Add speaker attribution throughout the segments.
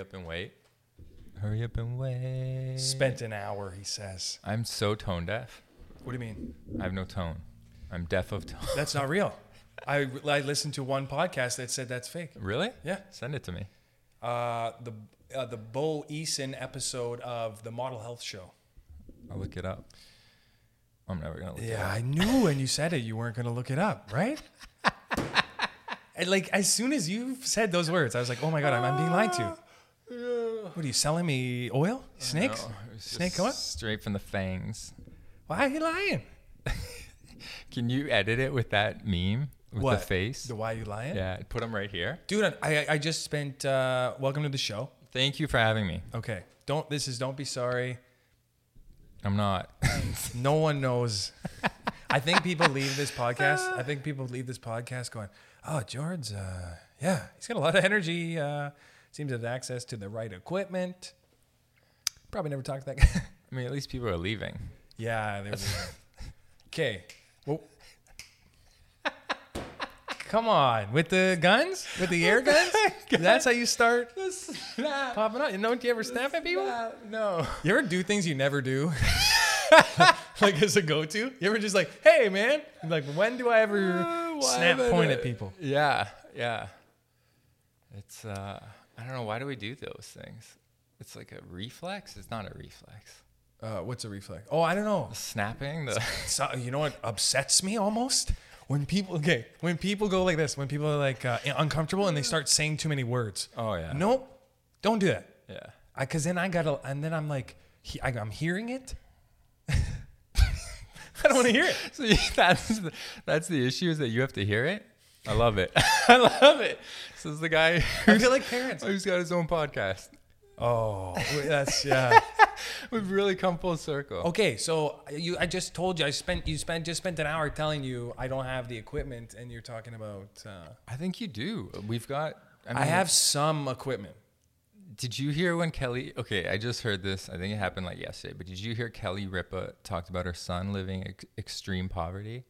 Speaker 1: up and wait. Hurry up and wait.
Speaker 2: Spent an hour, he says.
Speaker 1: I'm so tone deaf.
Speaker 2: What do you mean?
Speaker 1: I have no tone. I'm deaf of tone.
Speaker 2: That's not real. I, I listened to one podcast that said that's fake.
Speaker 1: really?
Speaker 2: Yeah.
Speaker 1: Send it to me.
Speaker 2: Uh, the uh, the Bo Eason episode of the Model Health Show.
Speaker 1: I'll look it up. I'm never gonna look it
Speaker 2: Yeah, I knew when you said it, you weren't going to look it up, right? And, like as soon as you said those words, I was like, "Oh my god, I'm, I'm being lied to." What are you selling me? Oil?
Speaker 1: up.
Speaker 2: Snakes?
Speaker 1: No, it's
Speaker 2: Snake
Speaker 1: just
Speaker 2: oil?
Speaker 1: Straight from the fangs.
Speaker 2: Why are you lying?
Speaker 1: Can you edit it with that meme with the face?
Speaker 2: The why you lying?
Speaker 1: yeah, put them right here.
Speaker 2: Dude, I- I I just spent. Uh, welcome to the show.
Speaker 1: Thank you for having me.
Speaker 2: Okay, don't. This is don't be sorry.
Speaker 1: I'm not.
Speaker 2: No one knows. I think people leave this podcast. I think people leave this podcast going, "Oh, George, uh, yeah, he's got a lot of energy. Uh, seems to have access to the right equipment. Probably never talked to that guy."
Speaker 1: I mean, at least people are leaving.
Speaker 2: yeah. There we go. Okay. Well, come on with the guns, with the air guns. That's how you start popping up. You know, do you ever snap at people?
Speaker 1: no.
Speaker 2: You ever do things you never do? like as a go-to? You ever just like, hey man, like when do I ever snap point at people?
Speaker 1: Yeah, yeah. It's uh I don't know why do we do those things? It's like a reflex. It's not a reflex.
Speaker 2: Uh, what's a reflex? Oh, I don't know.
Speaker 1: Snapping the
Speaker 2: So, you know what upsets me almost? When people okay, when people go like this, when people are like uh, uncomfortable and they start saying too many words.
Speaker 1: Oh, yeah.
Speaker 2: Nope, don't do that.
Speaker 1: yeah.
Speaker 2: I, Cause then I gotta, and then I'm like, he, I, I'm hearing it. I don't want to hear it.
Speaker 1: So you- that's the, that's the issue is that you have to hear it. I love it. I love it. This is the guy
Speaker 2: I
Speaker 1: who's,
Speaker 2: feel like parents.
Speaker 1: who's got his own podcast.
Speaker 2: Oh, that's yeah.
Speaker 1: We've really come full circle.
Speaker 2: Okay, so you, I just told you, I spent, you spent, just spent an hour telling you I don't have the equipment, and you're talking about. Uh,
Speaker 1: I think you do. We've got. I, mean,
Speaker 2: I have some equipment.
Speaker 1: Did you hear when Kelly? Okay, I just heard this. I think it happened like yesterday. But did you hear Kelly Ripa talked about her son living ex- extreme poverty?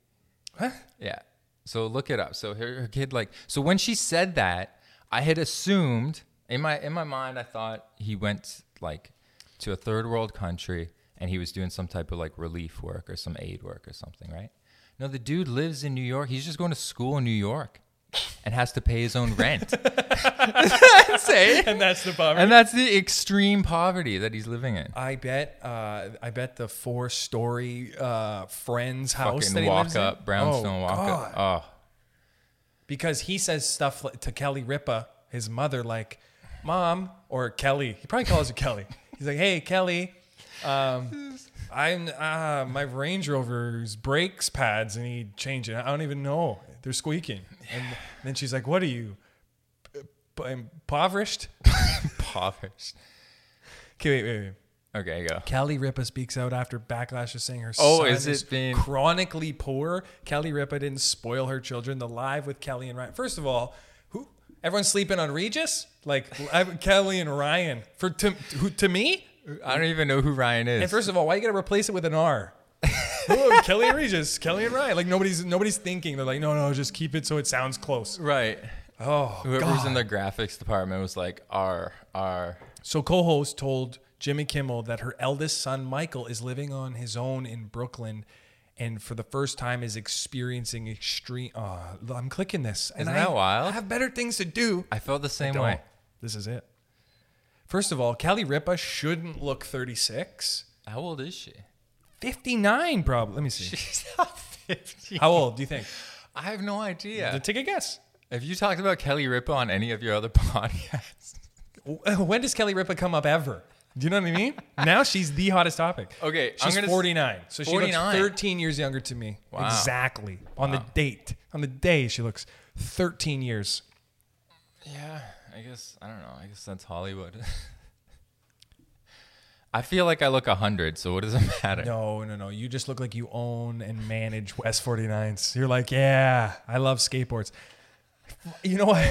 Speaker 2: Huh?
Speaker 1: Yeah. So look it up. So her, her kid like. So when she said that, I had assumed in my in my mind I thought he went like to a third world country and he was doing some type of like relief work or some aid work or something, right? No, the dude lives in New York. He's just going to school in New York and has to pay his own rent. Say.
Speaker 2: And that's the poverty.
Speaker 1: And that's the extreme poverty that he's living in.
Speaker 2: I bet, uh, I bet the four-story uh, friend's house that
Speaker 1: Fucking
Speaker 2: he
Speaker 1: walk
Speaker 2: lives
Speaker 1: up,
Speaker 2: in.
Speaker 1: brownstone
Speaker 2: Oh,
Speaker 1: walk
Speaker 2: God.
Speaker 1: up. Oh,
Speaker 2: Because he says stuff li- to Kelly Ripa, his mother, like, "Mom" or Kelly. He probably calls her Kelly. He's like, "Hey, Kelly." Um, I'm uh, my Range Rover's brakes pads and he changed it. I don't even know. They're squeaking. And then she's like, "What are you? p- p- Impoverished?"
Speaker 1: Oh, impoverished.
Speaker 2: Okay, wait, wait, wait.
Speaker 1: Okay, go.
Speaker 2: Kelly Ripa speaks out after backlash is saying her
Speaker 1: Oh,
Speaker 2: son
Speaker 1: is
Speaker 2: is,
Speaker 1: it being-
Speaker 2: chronically poor. Kelly Ripa didn't spoil her children. The live with Kelly and Ryan. First of all, who everyone's sleeping on Regis? Like Live with Kelly and Ryan for to who, to me?
Speaker 1: I don't even know who Ryan is.
Speaker 2: And first of all, why you gotta replace it with an R? Whoa, Kelly and Regis, Kelly and Ryan. Like nobody's nobody's thinking. They're like, no, no, just keep it so it sounds close.
Speaker 1: right.
Speaker 2: Oh,
Speaker 1: Whoever was in
Speaker 2: God.
Speaker 1: the graphics department was like, R, R.
Speaker 2: So co-host told Jimmy Kimmel that her eldest son Michael is living on his own in Brooklyn, and for the first time is experiencing extreme. Uh, I'm clicking this, and
Speaker 1: Isn't that
Speaker 2: I
Speaker 1: wild?
Speaker 2: have better things to do.
Speaker 1: I felt the same
Speaker 2: Don't.
Speaker 1: way.
Speaker 2: This is it. First of all, Kelly Ripa shouldn't look 36.
Speaker 1: How old is she?
Speaker 2: 59, probably. Let me see.
Speaker 1: She's not 50.
Speaker 2: How old do you think?
Speaker 1: I have no idea.
Speaker 2: Take a guess.
Speaker 1: Have you talked about Kelly Ripa on any of your other podcasts?
Speaker 2: W- When does Kelly Ripa come up ever? Do you know what I mean? now she's the hottest topic.
Speaker 1: Okay, I'm
Speaker 2: she's
Speaker 1: gonna s-
Speaker 2: 49, so she
Speaker 1: 49.
Speaker 2: looks 13 years younger to me.
Speaker 1: Wow.
Speaker 2: Exactly on the date, on the day she looks 13 years.
Speaker 1: Yeah, I guess I don't know. I guess that's Hollywood. I feel like I look a hundred, so what does it matter?
Speaker 2: No, no, no. You just look like you own and manage West 49s. You're like, yeah, I love skateboards. You know what?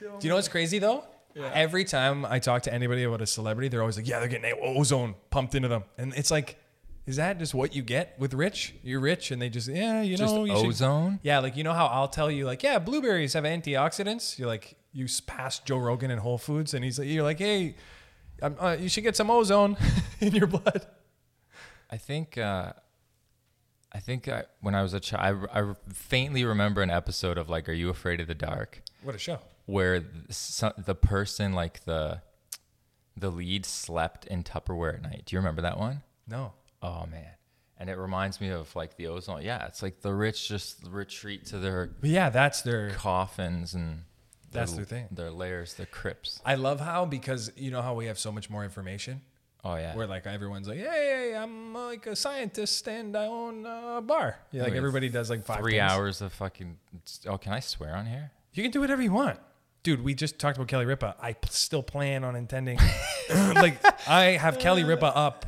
Speaker 2: Do you know what's crazy though? Every time I talk to anybody about a celebrity, they're always like, yeah, they're getting ozone pumped into them. And it's like, is that just what you get with rich? You're rich and they just, yeah, you
Speaker 1: Just
Speaker 2: know, you should-
Speaker 1: ozone.
Speaker 2: Yeah, like you know how I'll tell you like, yeah, blueberries have antioxidants. You're like, you s- pass Joe Rogan in Whole Foods, and he's like, you're like, hey, I'm, uh, you should get some ozone in your blood.
Speaker 1: I think uh, I think I, when I was a child, I, I faintly remember an episode of like "Are You Afraid of the Dark?"
Speaker 2: What a show!
Speaker 1: where so, the person like the the lead slept in Tupperware at night. Do you remember that one?
Speaker 2: No,
Speaker 1: Oh man. And it reminds me of like the ozone. Yeah, it's like the rich just retreat to their
Speaker 2: but yeah, that's their.
Speaker 1: coffins and
Speaker 2: That's their thing.
Speaker 1: Their lairs, their crypts.
Speaker 2: I love how because you know how we have so much more information.
Speaker 1: Oh yeah.
Speaker 2: Where like everyone's like, hey, I'm like a scientist and I own a bar. Yeah, like
Speaker 1: Like,
Speaker 2: everybody does like five
Speaker 1: Three
Speaker 2: things.
Speaker 1: hours of fucking. Oh, can I swear on here?
Speaker 2: You can do whatever you want. Dude, we just talked about Kelly Ripa. I p- still plan on intending. like I have Kelly Ripa up,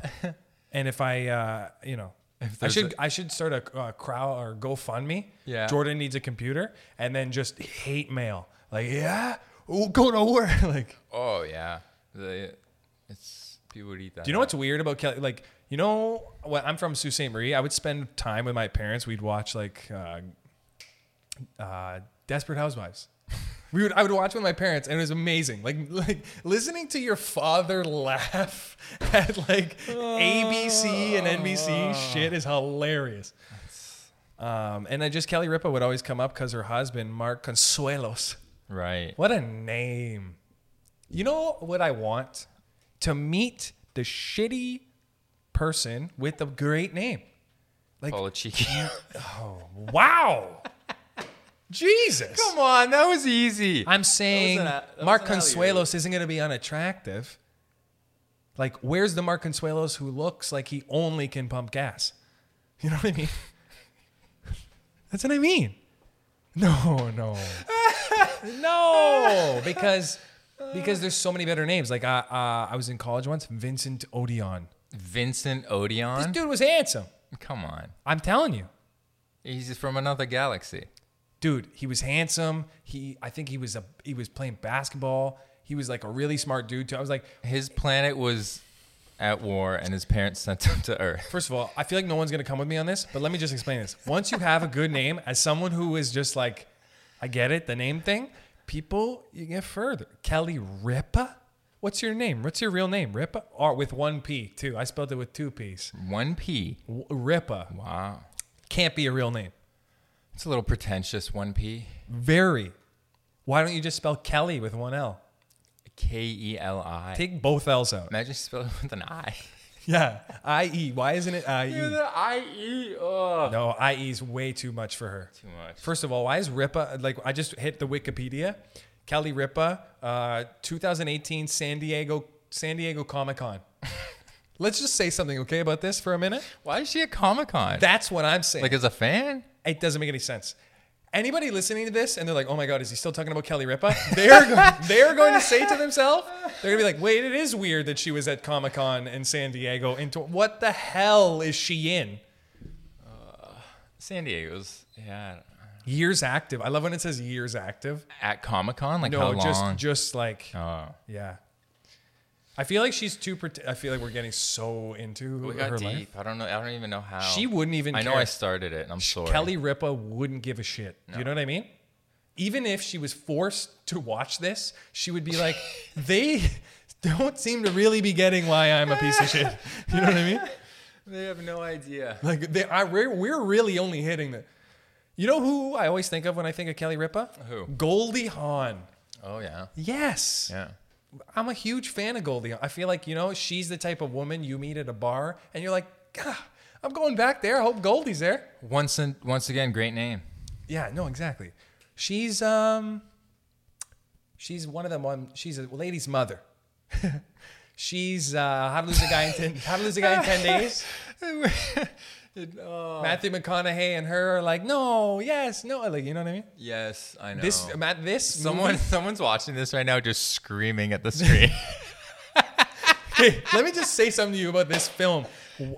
Speaker 2: and if I, uh, you know, I
Speaker 1: there's
Speaker 2: should I should start a uh, crowd or GoFundMe.
Speaker 1: Yeah.
Speaker 2: Jordan needs a computer, and then just hate mail. Like yeah, oh, go to work. like
Speaker 1: Oh yeah. The, it's people would eat that.
Speaker 2: Do you know what's weird about Kelly? Like, you know, when I'm from Sault Ste. Marie, I would spend time with my parents. We'd watch like uh, uh, Desperate Housewives. We would, I would watch with my parents, and it was amazing. Like, like listening to your father laugh at like ABC and NBC shit is hilarious. Um, and I just Kelly Ripa would always come up because her husband Mark Consuelos.
Speaker 1: Right.
Speaker 2: What a name. You know what I want? To meet the shitty person with a great name.
Speaker 1: Paula Cheeky.
Speaker 2: Wow. Jesus.
Speaker 1: Come on, that was easy.
Speaker 2: I'm saying
Speaker 1: That was an- that was
Speaker 2: Mark
Speaker 1: an alley-oop.
Speaker 2: Consuelos isn't going to be unattractive. Like, where's the Mark Consuelos who looks like he only can pump gas? You know what I mean? That's what I mean. No, no, no, because because there's so many better names. Like, I uh, I was in college once. Vincent Odeon.
Speaker 1: Vincent
Speaker 2: This
Speaker 1: Odeon.
Speaker 2: dude was handsome.
Speaker 1: Come on.
Speaker 2: I'm telling you.
Speaker 1: He's from another galaxy.
Speaker 2: dude he was handsome he i think he was a he was playing basketball he was like a really smart dude too i was like
Speaker 1: His planet was at war, and his parents sent him to Earth.
Speaker 2: first of all i feel like no one's gonna come with me on this but let me just explain this once you have a good name as someone who is just like i get it the name thing people you get further kelly ripa what's your name what's your real name ripa or with one p too i spelled it with two p's
Speaker 1: One P.
Speaker 2: W- ripa
Speaker 1: Wow.
Speaker 2: can't be a real name
Speaker 1: It's a little pretentious. One P.
Speaker 2: very why don't you just spell kelly with one l
Speaker 1: K E L I.
Speaker 2: take both l's out
Speaker 1: Imagine spelling it with an I.
Speaker 2: Yeah, IE. Why isn't it IE?
Speaker 1: I E. Oh.
Speaker 2: No, IE is way too much for her.
Speaker 1: Too much.
Speaker 2: First of all, why is Ripa like I just hit the Wikipedia. Kelly Ripa, uh, 2018 San Diego San Diego Comic Con. Let's just say something okay about this for a minute.
Speaker 1: Why is she at Comic Con?
Speaker 2: That's what I'm saying.
Speaker 1: Like as a fan?
Speaker 2: it doesn't make any sense. Anybody listening to this and they're like, "Oh my God, is he still talking about Kelly Ripa?" They're go- they're going to say to themselves, "They're gonna be like, wait, it is weird that she was at Comic Con in San Diego. And to- what the hell is she in?"
Speaker 1: San Diego's. Yeah.
Speaker 2: Years active. I love when it says years active.
Speaker 1: At Comic Con? Like how
Speaker 2: No,
Speaker 1: long?
Speaker 2: just just like
Speaker 1: oh.
Speaker 2: yeah. I feel like she's too. Prote- I feel like we're getting so into
Speaker 1: We
Speaker 2: her
Speaker 1: got
Speaker 2: life.
Speaker 1: deep. I don't know. I don't even know how.
Speaker 2: She wouldn't even.
Speaker 1: I know
Speaker 2: care.
Speaker 1: I started it. and I'm sorry.
Speaker 2: Kelly Ripa wouldn't give a shit. Do You know what I mean? Even if she was forced to watch this, she would be like, they don't seem to really be getting why I'm a piece of shit. You know what I mean?
Speaker 1: They have no idea.
Speaker 2: Like, they, I, we're, we're really only hitting the. You know who I always think of when I think of Kelly Ripa?
Speaker 1: Who?
Speaker 2: Goldie Hawn.
Speaker 1: Oh yeah.
Speaker 2: Yes.
Speaker 1: Yeah.
Speaker 2: I'm a huge fan of Goldie. I feel like, you know, she's the type of woman you meet at a bar and you're like, God, I'm going back there. I hope Goldie's there.
Speaker 1: Once and once again, great name.
Speaker 2: Yeah, no, exactly. She's um she's one of them one she's a lady's mother. she's uh how to lose a guy in ten how to lose a guy in ten days. Matthew McConaughey and her are like, no, yes, no, like you know what I mean?
Speaker 1: yes, I know.
Speaker 2: This Matt this
Speaker 1: someone someone's watching this right now, just screaming at the screen.
Speaker 2: hey, let me just say something to you about this film.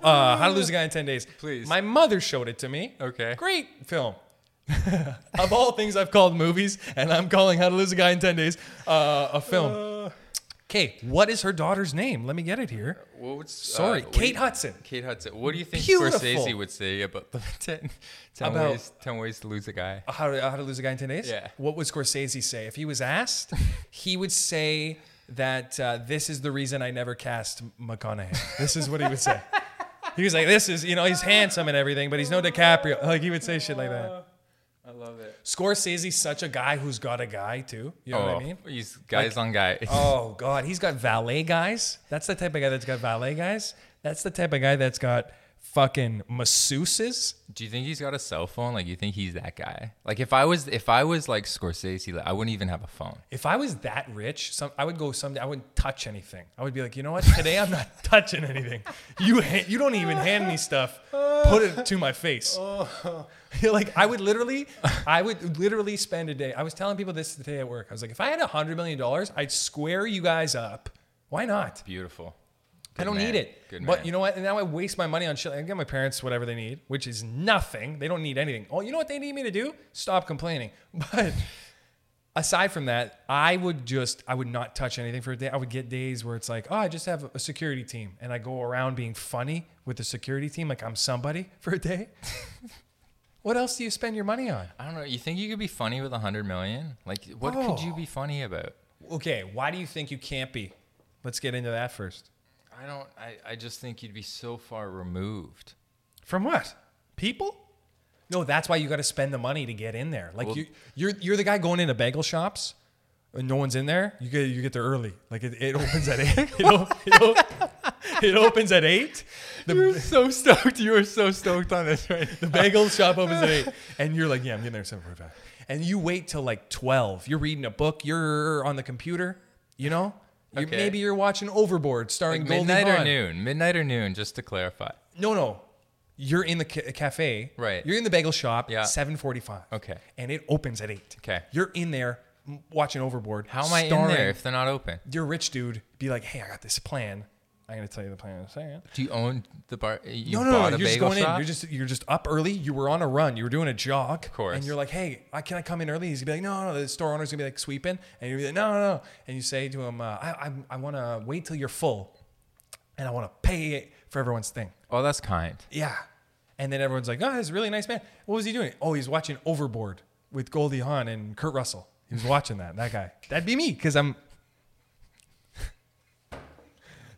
Speaker 2: Uh, How to Lose a Guy in 10 Days.
Speaker 1: Please.
Speaker 2: My mother showed it to me.
Speaker 1: Okay.
Speaker 2: Great film. of all things I've called movies, and I'm calling How to Lose a Guy in 10 Days uh, a film. okay, what is her daughter's name? Let me get it here.
Speaker 1: What would, uh,
Speaker 2: Sorry,
Speaker 1: what do
Speaker 2: Kate
Speaker 1: you-
Speaker 2: Hudson.
Speaker 1: Kate Hudson. What do you think
Speaker 2: Beautiful.
Speaker 1: Scorsese would say about the 10, 10
Speaker 2: About-
Speaker 1: ways, 10 ways to lose a guy?
Speaker 2: uh, How to, how to lose a guy in 10 days?
Speaker 1: Yeah.
Speaker 2: What would Scorsese say? If he was asked, he would say that uh, this is the reason I never cast McConaughey. This is what he would say. he was like, this is, you know, he's handsome and everything, but he's no DiCaprio. Like, he would say shit like that.
Speaker 1: I love it. Oh.
Speaker 2: Scorsese's such a guy who's got a guy, too. You know what I mean?
Speaker 1: He's guys on guy.
Speaker 2: Oh God, he's got valet guys. That's the type of guy that's got valet guys. That's the type of guy that's got fucking masseuses.
Speaker 1: Do you think he's got a cell phone? Like you think he's that guy? Like if I was if I was like Scorsese, like, I wouldn't even have a phone.
Speaker 2: If I was that rich, some I would go someday. I wouldn't touch anything. I would be like, you know what? Today I'm not touching anything. You ha- you don't even hand me stuff. Put it to my face. You're like I would literally, I would literally spend a day. I was telling people this today at work. I was like, if I had a hundred million dollars, I'd square you guys up. Why not?
Speaker 1: Beautiful.
Speaker 2: I don't need it. but you know what? And now I waste my money on shit. I get my parents whatever they need, which is nothing. They don't need anything. Oh, you know what they need me to do? Stop complaining. But aside from that, I would just, I would not touch anything for a day. I would get days where it's like, oh, I just have a security team. And I go around being funny with the security team, like I'm somebody for a day. what else do you spend your money on?
Speaker 1: I don't know. You think you could be funny with a hundred million? Like what could you
Speaker 2: Oh.
Speaker 1: be funny about?
Speaker 2: Okay, why do you think you can't be? Let's get into that first.
Speaker 1: I don't. I, I just think you'd be so far removed.
Speaker 2: From what? People? No, that's why you got to spend the money to get in there. Like
Speaker 1: Well-
Speaker 2: you, you're you're the guy going into bagel shops, and no one's in there. You get you get there early. Like it, it opens at eight. it, op- it, op- it opens at eight. The,
Speaker 1: You're so stoked. You are so stoked on this right
Speaker 2: the bagel shop opens at eight, and you're like, yeah, I'm getting there at seven forty-five. And you wait till like twelve. You're reading a book. You're on the computer. You know. You,
Speaker 1: Okay.
Speaker 2: Maybe you're watching Overboard starring Goldie
Speaker 1: Midnight or
Speaker 2: Hawn.
Speaker 1: noon. Midnight or noon. Just to clarify.
Speaker 2: No, no. You're in the ca- cafe.
Speaker 1: Right.
Speaker 2: You're in the bagel shop.
Speaker 1: Yeah.
Speaker 2: 7:45.
Speaker 1: Okay.
Speaker 2: And it opens at eight.
Speaker 1: Okay.
Speaker 2: You're in there m- watching Overboard.
Speaker 1: How am I in
Speaker 2: starring
Speaker 1: there if they're not open?
Speaker 2: Your rich dude be like, "Hey, I got this plan. I'm gonna tell you the plan in a second.
Speaker 1: Do you own the bar? You
Speaker 2: No, no, no.
Speaker 1: bought
Speaker 2: You're
Speaker 1: a
Speaker 2: just
Speaker 1: bagel
Speaker 2: going
Speaker 1: shop?
Speaker 2: in. You're just you're just up early. You were on a run. You were doing a jog. Of
Speaker 1: course.
Speaker 2: And you're like, "Hey, I, can I come in early?" He's gonna be like, "No, no." The store owner's gonna be like sweeping, and you're like, "No, no, no." And you say to him, uh, "I, I, I want to wait till you're full, and I want to pay for everyone's thing."
Speaker 1: oh, that's kind.
Speaker 2: Yeah. And then everyone's like, oh, he's a really nice man. What was he doing? Oh, he's watching Overboard with Goldie Hawn and Kurt Russell. He was watching that, that guy. That'd be me, because I'm.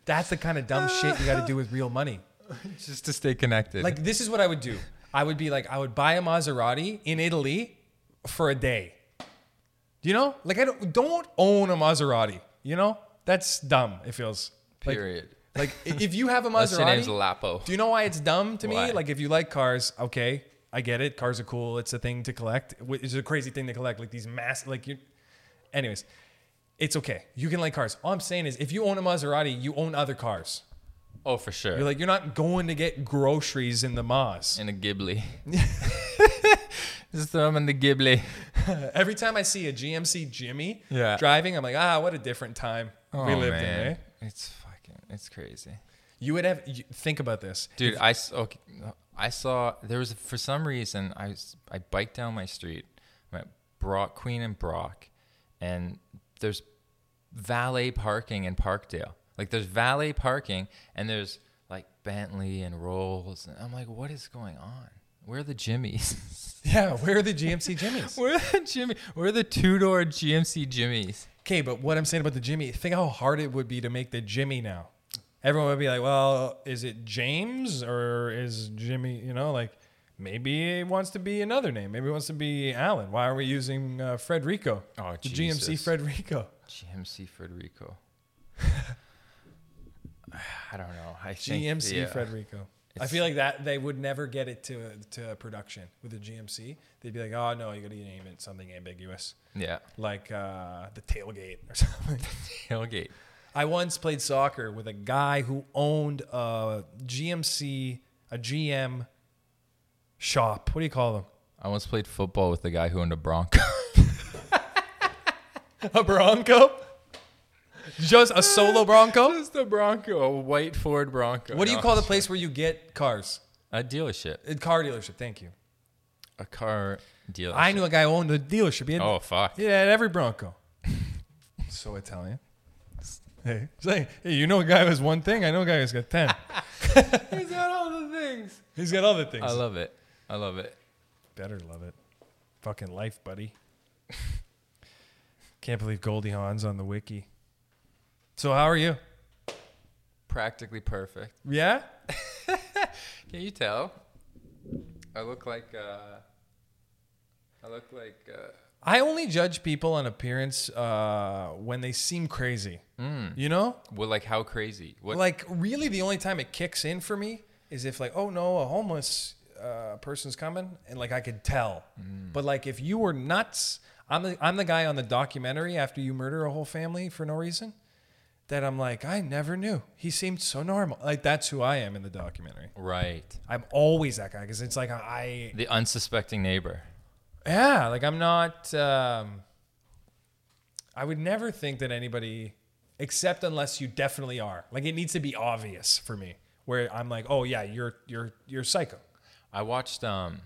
Speaker 2: That's the kind of dumb shit you got to do with real money.
Speaker 1: Just to stay connected.
Speaker 2: Like, this is what I would do I would be like, I would buy a Maserati in Italy for a day. You know? Like, I don't, don't own a Maserati. You know? That's dumb, it feels. Like-
Speaker 1: period.
Speaker 2: Like, i- if you have a
Speaker 1: Unless
Speaker 2: Maserati.
Speaker 1: your name's Lapo.
Speaker 2: Do you know why it's dumb to
Speaker 1: Why?
Speaker 2: me? Like, if you like cars, okay, I get it. Cars are cool. It's a thing to collect. Wh- It's a crazy thing to collect. Like these mass, like you. Anyways, it's okay. You can like cars. All I'm saying is, if you own a Maserati, you own other cars.
Speaker 1: oh, for sure.
Speaker 2: You're like, you're not going to get groceries in the Maz.
Speaker 1: in a Ghibli. Just throw them in the Ghibli.
Speaker 2: Every time I see a GMC Jimmy
Speaker 1: Yeah. Oh,
Speaker 2: driving, I'm like, ah, what a different time we lived in. Eh?
Speaker 1: It's fucking, it's crazy.
Speaker 2: You would have you, think about this.
Speaker 1: Dude, I, s- okay, I saw, there was, for some reason, I, was, I biked down my street. I'm at Brock, Queen and Brock. And there's valet parking in Parkdale. Like there's valet parking and there's like Bentley and Rolls. And I'm like, what is going on? Where are the Jimmies?
Speaker 2: Yeah, where are the GMC Jimmys?
Speaker 1: Where are the Jimmy? Where are the two door GMC Jimmys?
Speaker 2: Okay, but what I'm saying about the Jimmy, think how hard it would be to make the Jimmy now. Everyone would be like, well, is it James or is Jimmy, you know, like maybe it wants to be another name. Maybe it wants to be Alan. Why are we using uh, Frederico?
Speaker 1: Oh,
Speaker 2: the GMC
Speaker 1: Jesus.
Speaker 2: Frederico.
Speaker 1: GMC Frederico. I don't know. I think,
Speaker 2: GMC
Speaker 1: yeah.
Speaker 2: Frederico. I
Speaker 1: It's-
Speaker 2: feel like that they would never get it to, to production with the GMC. They'd be like, oh, no, you got to name it something ambiguous,
Speaker 1: Yeah.
Speaker 2: like uh, the tailgate or something.
Speaker 1: Tailgate.
Speaker 2: I once played soccer with a guy who owned a GMC, a GM shop. What do you call them?
Speaker 1: I once played football with the guy who owned a Bronco.
Speaker 2: A Bronco? Just a solo Bronco?
Speaker 1: Just a Bronco, a white Ford Bronco.
Speaker 2: What do you call the place where you get cars?
Speaker 1: a dealership?
Speaker 2: A car dealership. Thank you.
Speaker 1: A car dealership.
Speaker 2: I knew a guy who owned a dealership. He had,
Speaker 1: oh fuck.
Speaker 2: he had every Bronco. so Italian. Hey, say, hey, you know a guy who has one thing. I know a guy who's got ten.
Speaker 1: He's got all the things.
Speaker 2: He's got other things.
Speaker 1: I love it. I love it.
Speaker 2: Better love it. Fucking life, buddy. Can't believe Goldie Hawn's on the wiki. So how are you?
Speaker 1: Practically perfect.
Speaker 2: Yeah.
Speaker 1: Can you tell? I look like uh, I look like uh,
Speaker 2: I only judge people on appearance uh, when they seem crazy. You know,
Speaker 1: well, like how crazy? What?
Speaker 2: like really, the only time it kicks in for me is if like, oh no, a homeless uh, person's coming, and like I could tell. But like if you were nuts, I'm the I'm the guy on the documentary after you murder a whole family for no reason. That I'm like, I never knew. He seemed so normal. Like that's who I am in the documentary.
Speaker 1: right.
Speaker 2: I'm always that guy because it's like I
Speaker 1: The unsuspecting neighbor.
Speaker 2: yeah, like I'm not. Um, I would never think that anybody, except unless you definitely are. Like it needs to be obvious for me, where I'm like, oh yeah, you're you're you're psycho.
Speaker 1: I watched um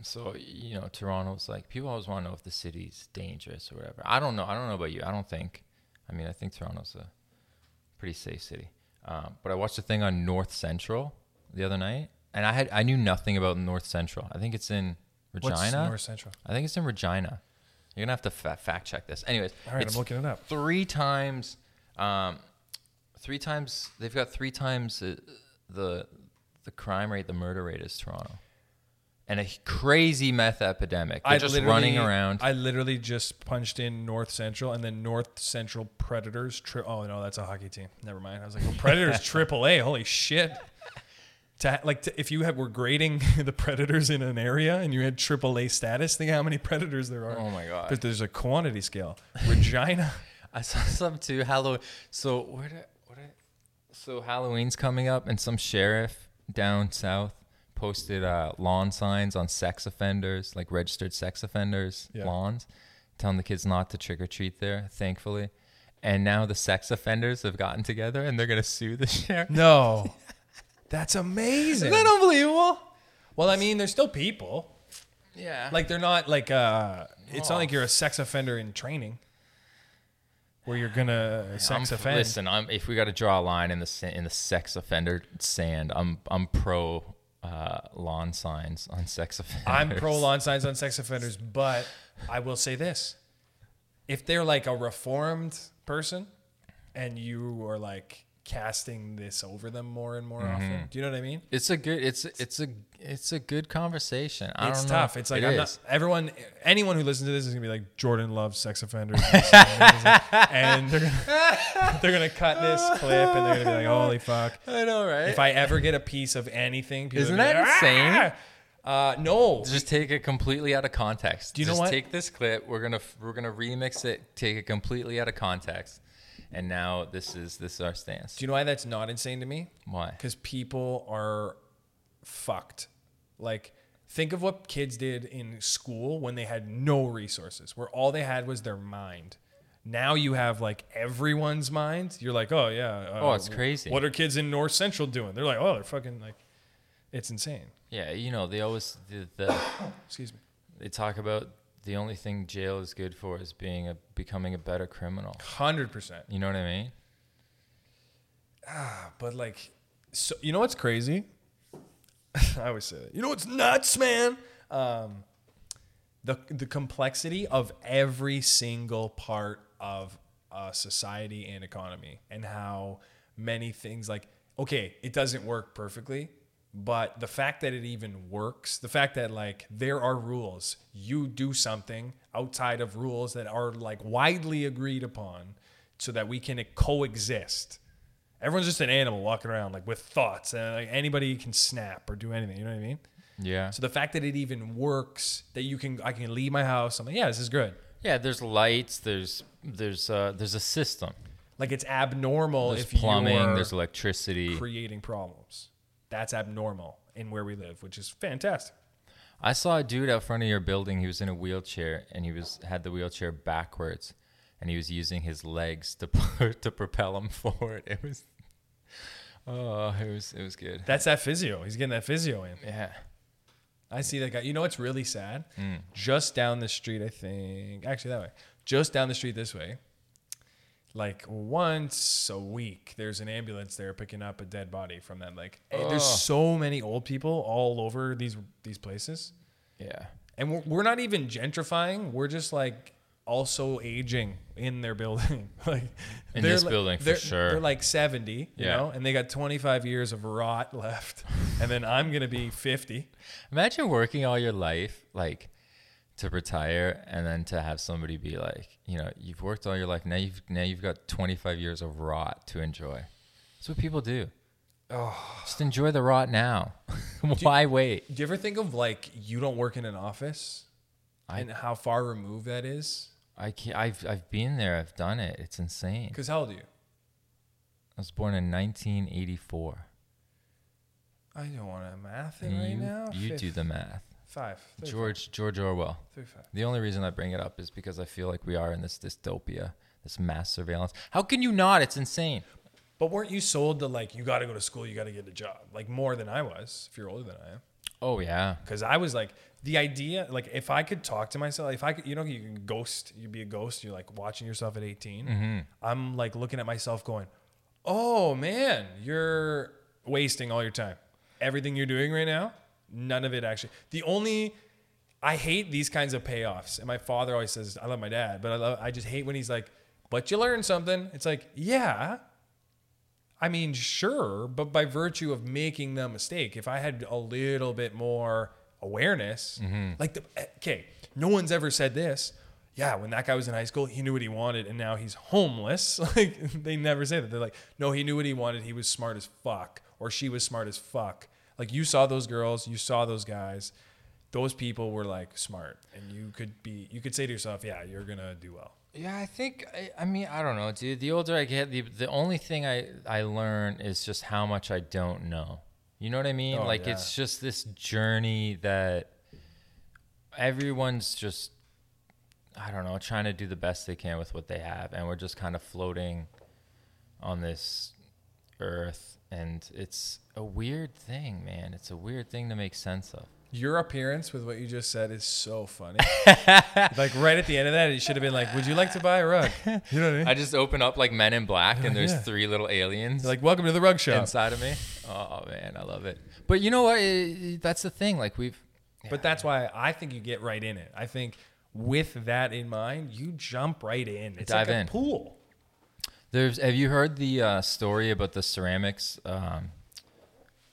Speaker 1: so you know, Toronto's like people always want to know if the city's dangerous or whatever. I don't know. I don't know about you. I don't think. I mean, I think Toronto's a pretty safe city. Um, but I watched a thing on North Central the other night, and I had I knew nothing about North Central. I think it's in Regina.
Speaker 2: What's North Central?
Speaker 1: I think it's in Regina. You're gonna have to fa- fact check this. Anyways,
Speaker 2: All right,
Speaker 1: it's
Speaker 2: I'm looking it up.
Speaker 1: three times um, three times they've got three times the, the the crime rate the murder rate is toronto and a crazy meth epidemic they're just
Speaker 2: literally-
Speaker 1: running around
Speaker 2: I literally just punched in North Central and then North Central Predators. Tri- oh no, that's a hockey team. Never mind. I was like, well, Predators Triple A. Holy shit. To, ha- like to, if you had, were grading the predators in an area and you had triple A status, think how many predators there are.
Speaker 1: Oh my God.
Speaker 2: But there's a quantity scale. Regina.
Speaker 1: I saw some too. Halloween. So where? Did, what? Did, so Halloween's coming up, and some sheriff down south posted uh, lawn signs on sex offenders, like registered sex offenders'
Speaker 2: Yeah.
Speaker 1: lawns, telling the kids not to trick or treat there. Thankfully, and now the sex offenders have gotten together, and they're gonna sue the sheriff.
Speaker 2: No, that's amazing.
Speaker 1: Isn't that unbelievable?
Speaker 2: well, I mean, there's still people.
Speaker 1: Yeah. Like
Speaker 2: Like they're not like uh it's
Speaker 1: Oh.
Speaker 2: not like you're a sex offender in training where you're gonna
Speaker 1: I'm,
Speaker 2: sex
Speaker 1: f-
Speaker 2: offend.
Speaker 1: listen, I'm, if we got to draw a line in the sa- in the sex offender sand, I'm I'm pro uh, lawn signs on sex offenders.
Speaker 2: I'm pro lawn signs on sex offenders, but I will say this. If they're like a reformed person and you are like casting this over them more and more
Speaker 1: Mm-hmm.
Speaker 2: often, do you know what I mean?
Speaker 1: It's a good. It's it's a it's a good conversation. I
Speaker 2: It's
Speaker 1: don't
Speaker 2: tough.
Speaker 1: Know.
Speaker 2: It's like
Speaker 1: It
Speaker 2: I'm
Speaker 1: is.
Speaker 2: not everyone anyone who listens to this is gonna be like Jordan loves sex offenders. and they're gonna, they're gonna cut this clip and they're gonna be like, holy fuck.
Speaker 1: I know, right?
Speaker 2: If I ever get a piece of anything, people
Speaker 1: Isn't
Speaker 2: are gonna be
Speaker 1: that
Speaker 2: "Ah!" Uh, no.
Speaker 1: just take it completely out of context.
Speaker 2: you know
Speaker 1: just
Speaker 2: what?
Speaker 1: Take this clip. We're gonna f- we're gonna remix it. Take it completely out of context, and now this is this is our stance.
Speaker 2: Do you know why that's not insane to me?
Speaker 1: Why?
Speaker 2: Because people are fucked. Like, think of what kids did in school when they had no resources, where all they had was their mind. Now you have like everyone's mind. You're like, oh yeah. Uh,
Speaker 1: Oh, it's crazy.
Speaker 2: What are kids in North Central doing? They're like, oh, they're fucking like, it's insane.
Speaker 1: Yeah, you know they always the, the,
Speaker 2: Excuse me.
Speaker 1: they talk about the only thing jail is good for is being a becoming a better criminal.
Speaker 2: Hundred percent.
Speaker 1: You know what I mean?
Speaker 2: But like, so you know what's crazy? I always say that. You know what's nuts, man? Um, the the complexity of every single part of uh, society and economy, and how many things like okay, it doesn't work perfectly, but the fact that it even works, the fact that like there are rules, you do something outside of rules that are like widely agreed upon, so that we can coexist. Everyone's just an animal walking around like with thoughts, and like, anybody can snap or do anything. You know what I mean?
Speaker 1: Yeah.
Speaker 2: So the fact that it even works, that you can, I can leave my house. I'm like, yeah, this is good.
Speaker 1: yeah. There's lights. There's there's uh there's a system.
Speaker 2: Like it's abnormal
Speaker 1: There's
Speaker 2: if
Speaker 1: plumbing.
Speaker 2: you're
Speaker 1: There's electricity.
Speaker 2: creating problems. That's abnormal in where we live, which is fantastic.
Speaker 1: I saw a dude out front of your building. He was in a wheelchair and he was had the wheelchair backwards, and he was using his legs to pu- to propel him forward. It was, oh, it was it was good.
Speaker 2: That's that physio. He's getting that physio in.
Speaker 1: Yeah,
Speaker 2: I see that guy. You know what's really sad?
Speaker 1: Hmm.
Speaker 2: Just down the street, I think. Actually, that way. Just down the street this way. like once a week there's an ambulance there picking up a dead body from that like eh,
Speaker 1: Ugh.
Speaker 2: there's so many old people all over these these places
Speaker 1: Yeah.
Speaker 2: and we're, we're not even gentrifying we're just like also aging in their building like
Speaker 1: In
Speaker 2: they're
Speaker 1: this
Speaker 2: li-
Speaker 1: building, for
Speaker 2: they're-
Speaker 1: sure.
Speaker 2: they're like 70 you
Speaker 1: Yeah.
Speaker 2: know and they got 25 years of rot left and then i'm gonna be 50
Speaker 1: Imagine working all your life, like to retire, and then to have somebody be like, you know, you've worked all your life. Now you've now you've got 25 years of rot to enjoy. That's what people do. Oh. Just enjoy the rot now. Why wait?
Speaker 2: do you ever think of like you don't work in an office
Speaker 1: I-
Speaker 2: and how far removed that is
Speaker 1: I can't, I've I've been there. I've done it. It's insane.
Speaker 2: because how old are you
Speaker 1: I was born in 1984.
Speaker 2: i don't want to math it
Speaker 1: And
Speaker 2: right
Speaker 1: you
Speaker 2: now
Speaker 1: you
Speaker 2: Fif-
Speaker 1: do the math.
Speaker 2: five thirty-
Speaker 1: George George Orwell.
Speaker 2: 35.
Speaker 1: The only reason I bring it up is because I feel like we are in this dystopia, this mass surveillance. How can you not? It's insane.
Speaker 2: but weren't you sold to like you got to go to school you got to get a job like more than i was if you're older than i am
Speaker 1: Oh yeah.
Speaker 2: because I was like the idea like if I could talk to myself if I could you know you can ghost you'd be a ghost you're like watching yourself at 18 I'm like looking at myself going oh man you're wasting all your time everything you're doing right now none of it actually the only I hate these kinds of payoffs and my father always says I love my dad but I love I just hate when he's like but you learn something it's like yeah I mean, sure, but by virtue of making the mistake, if I had a little bit more awareness, like the okay, no one's ever said this. Yeah, when that guy was in high school, he knew what he wanted, and now he's homeless. Like they never say that. They're like, no, he knew what he wanted. He was smart as fuck, or she was smart as fuck. Like you saw those girls, you saw those guys. Those people were like smart, and you could be, you could say to yourself, yeah, you're gonna do well.
Speaker 1: Yeah, I think I, I mean I don't know, dude. The older I get, the the only thing I I learn is just how much I don't know. You know what I mean?
Speaker 2: Oh,
Speaker 1: like
Speaker 2: yeah.
Speaker 1: it's just this journey that everyone's just I don't know, trying to do the best they can with what they have and we're just kind of floating on this earth and it's a weird thing, man. It's a weird thing to make sense of.
Speaker 2: Your appearance with what you just said is so funny. like right at the end of that, it should have been like, "Would you like to buy a rug?" You know what I mean?
Speaker 1: I just open up like Men in Black and there's
Speaker 2: Oh, yeah.
Speaker 1: three little aliens.
Speaker 2: You're like, "Welcome to the rug shop."
Speaker 1: inside of me. Oh man, I love it. But you know what? It- it- that's the thing. Like we've.
Speaker 2: But that's why I think you get right in it. I think with that in mind, you jump right in. It's
Speaker 1: Dive
Speaker 2: like
Speaker 1: in.
Speaker 2: a pool.
Speaker 1: There's. Have you heard the uh, story about the ceramics? Um,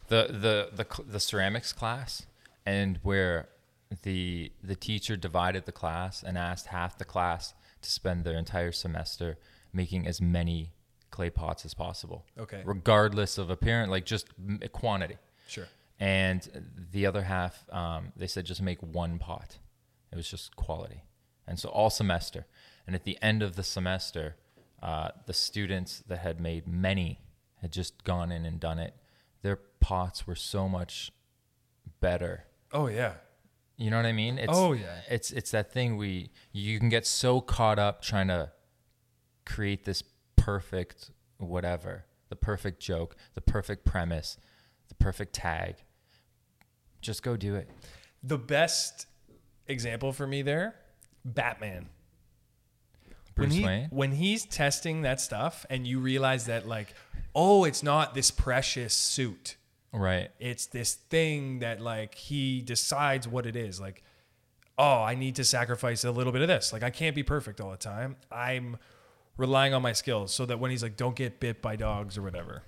Speaker 1: the the the cl- the ceramics class, and where the the teacher divided the class and asked half the class to spend their entire semester making as many clay pots as possible.
Speaker 2: Okay.
Speaker 1: Regardless of apparent, like just m- quantity.
Speaker 2: Sure.
Speaker 1: and the other half um, they said just make one pot it was just quality and so all semester and at the end of the semester uh, the students that had made many had just gone in and done it their pots were so much better
Speaker 2: Oh yeah.
Speaker 1: you know what i mean it's,
Speaker 2: Oh, yeah.
Speaker 1: it's it's that thing we you can get so caught up trying to create this perfect whatever the perfect joke the perfect premise the perfect tag just go do it
Speaker 2: The best example for me there, Batman.
Speaker 1: bruce
Speaker 2: when he,
Speaker 1: wayne
Speaker 2: When he's testing that stuff, and you realize that like, oh, it's not this precious suit.
Speaker 1: right
Speaker 2: it's this thing that like he decides what it is like oh i need to sacrifice a little bit of this like i can't be perfect all the time i'm relying on my skills so that when he's like don't get bit by dogs or whatever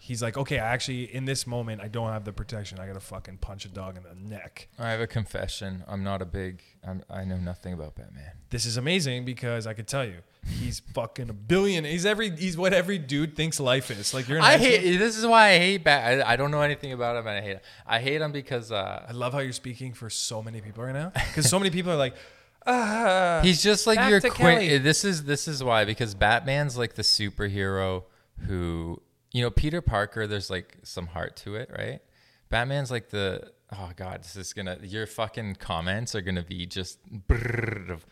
Speaker 2: he's like okay i actually in this moment i don't have the protection i gotta fucking punch a dog in the neck
Speaker 1: i have a confession i'm not a big I'm, i know nothing about batman
Speaker 2: this is amazing because i could tell you he's fucking a billion he's every he's what every dude thinks life is like you're in
Speaker 1: i
Speaker 2: high school-
Speaker 1: hate this is why i hate bat I, I don't know anything about him and i hate him i hate him because uh
Speaker 2: i love how you're speaking for so many people right now because so many people are like ah
Speaker 1: He's just like
Speaker 2: Back
Speaker 1: your
Speaker 2: to
Speaker 1: Quin- eh,
Speaker 2: Kelly.
Speaker 1: This is this is why because Batman's like the superhero who you know Peter Parker. There's like some heart to it, right? Batman's like the oh god, this is gonna your fucking comments are gonna be just brrrr of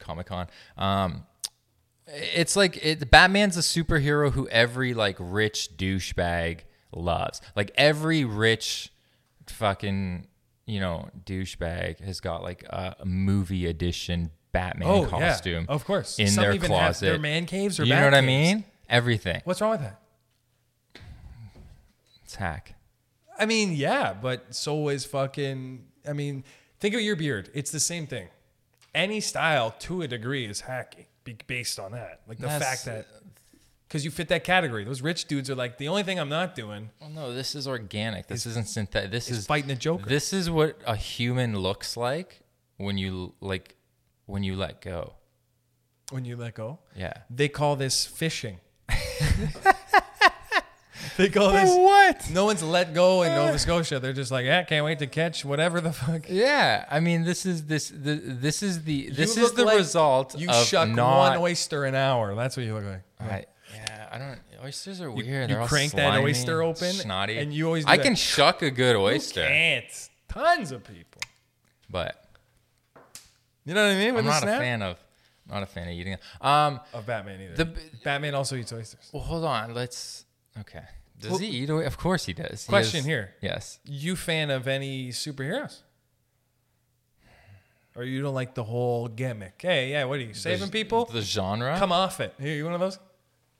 Speaker 1: Comic Con. Um, it's like it, Batman's a superhero who every like rich douchebag loves. Like every rich fucking you know douchebag has got like a, a movie edition Batman
Speaker 2: oh
Speaker 1: costume
Speaker 2: yeah, of course.
Speaker 1: in
Speaker 2: Some
Speaker 1: their
Speaker 2: even have
Speaker 1: closet.
Speaker 2: their man caves or
Speaker 1: you know what
Speaker 2: bat
Speaker 1: I
Speaker 2: caves.
Speaker 1: mean? Everything.
Speaker 2: What's wrong with that?
Speaker 1: It's hack.
Speaker 2: I mean, yeah, but so is fucking. I mean, think of your beard. It's the same thing. Any style to a degree is hacky be- based on that. Like the
Speaker 1: That's-
Speaker 2: fact that because you fit that category. Those rich dudes are like the only thing I'm not doing.
Speaker 1: Well, no, this is organic. This isn't synthetic. This is
Speaker 2: fighting the Joker.
Speaker 1: This is what a human looks like when you like when you let go.
Speaker 2: When you let go,
Speaker 1: Yeah.
Speaker 2: they call this fishing. they call this.
Speaker 1: what?
Speaker 2: No one's let go in Nova Scotia. They're just like, yeah, can't wait to catch whatever the fuck.
Speaker 1: Yeah, I mean, this is this the, this is the this
Speaker 2: You
Speaker 1: is
Speaker 2: look
Speaker 1: the
Speaker 2: like
Speaker 1: result
Speaker 2: You
Speaker 1: of
Speaker 2: shuck
Speaker 1: not.
Speaker 2: one oyster an hour. That's what you look like.
Speaker 1: I, yeah, I don't. Oysters are weird.
Speaker 2: you
Speaker 1: They're all
Speaker 2: crank that
Speaker 1: slimy
Speaker 2: oyster
Speaker 1: and
Speaker 2: open,
Speaker 1: snotty,
Speaker 2: and you always do
Speaker 1: I
Speaker 2: that.
Speaker 1: can shuck a good oyster,
Speaker 2: Ants. Tons of people.
Speaker 1: but
Speaker 2: You know what I mean? With
Speaker 1: I'm
Speaker 2: the
Speaker 1: not a
Speaker 2: snap?
Speaker 1: fan of not a fan of eating. it. Um,
Speaker 2: of Batman either.
Speaker 1: the
Speaker 2: Batman also eats oysters.
Speaker 1: well, hold on. Let's okay. Does he eat? oy- Of course he does. He
Speaker 2: Question
Speaker 1: has-
Speaker 2: here.
Speaker 1: Yes.
Speaker 2: You fan of any superheroes? Or you don't like the whole gimmick? Hey, yeah, what are you saving people?
Speaker 1: The genre.
Speaker 2: Come off it. Here, you one of those?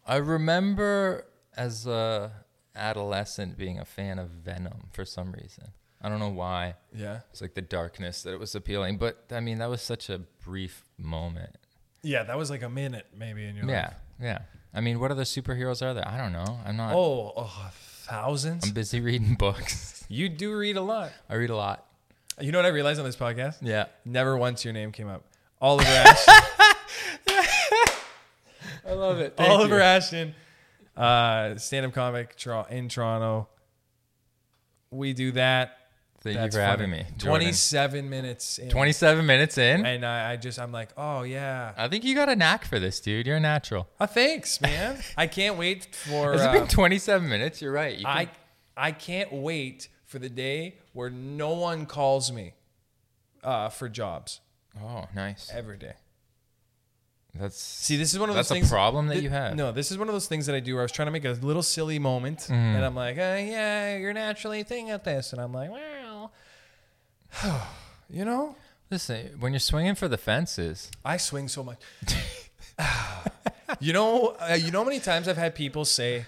Speaker 1: I remember as a adolescent being a fan of Venom for some reason. I don't know why.
Speaker 2: Yeah.
Speaker 1: It's like the darkness that it was appealing, but I mean that was such a brief moment.
Speaker 2: Yeah, that was like a minute maybe in your life.
Speaker 1: Yeah, yeah. I mean, what other superheroes are there? I don't know. I'm not.
Speaker 2: Oh, oh, 1000s
Speaker 1: I'm busy reading books.
Speaker 2: you do read a lot.
Speaker 1: I read a lot.
Speaker 2: You know what I realized on this podcast?
Speaker 1: Yeah.
Speaker 2: Never once your name came up. Oliver Ashton.
Speaker 1: I love it.
Speaker 2: Oliver Ashton, uh, stand-up comic Tor- in Toronto. We do that.
Speaker 1: Thank
Speaker 2: That's
Speaker 1: you for having
Speaker 2: funny.
Speaker 1: me. Jordan.
Speaker 2: Twenty-seven minutes. In,
Speaker 1: 27 minutes in.
Speaker 2: And I, I just, I'm like, oh yeah.
Speaker 1: I think you got a knack for this, dude. You're a natural.
Speaker 2: Oh, thanks, man. I can't wait for.
Speaker 1: Has
Speaker 2: uh,
Speaker 1: it been 27 minutes? You're right. You can-
Speaker 2: I, I can't wait for the day where no one calls me, uh, for jobs
Speaker 1: oh, nice.
Speaker 2: every day.
Speaker 1: That's
Speaker 2: See, this is one of
Speaker 1: That's
Speaker 2: those
Speaker 1: a
Speaker 2: things.
Speaker 1: problem that
Speaker 2: thi-
Speaker 1: you have. Mm-hmm.
Speaker 2: No, this is one of those things that I do where I was trying to make a little silly moment, and I'm like, uh, yeah, you're naturally a thing at this, and I'm like, well, you know,
Speaker 1: Listen, when you're swinging for the fences,
Speaker 2: I swing so much. you know, uh, you know how many times I've had people say,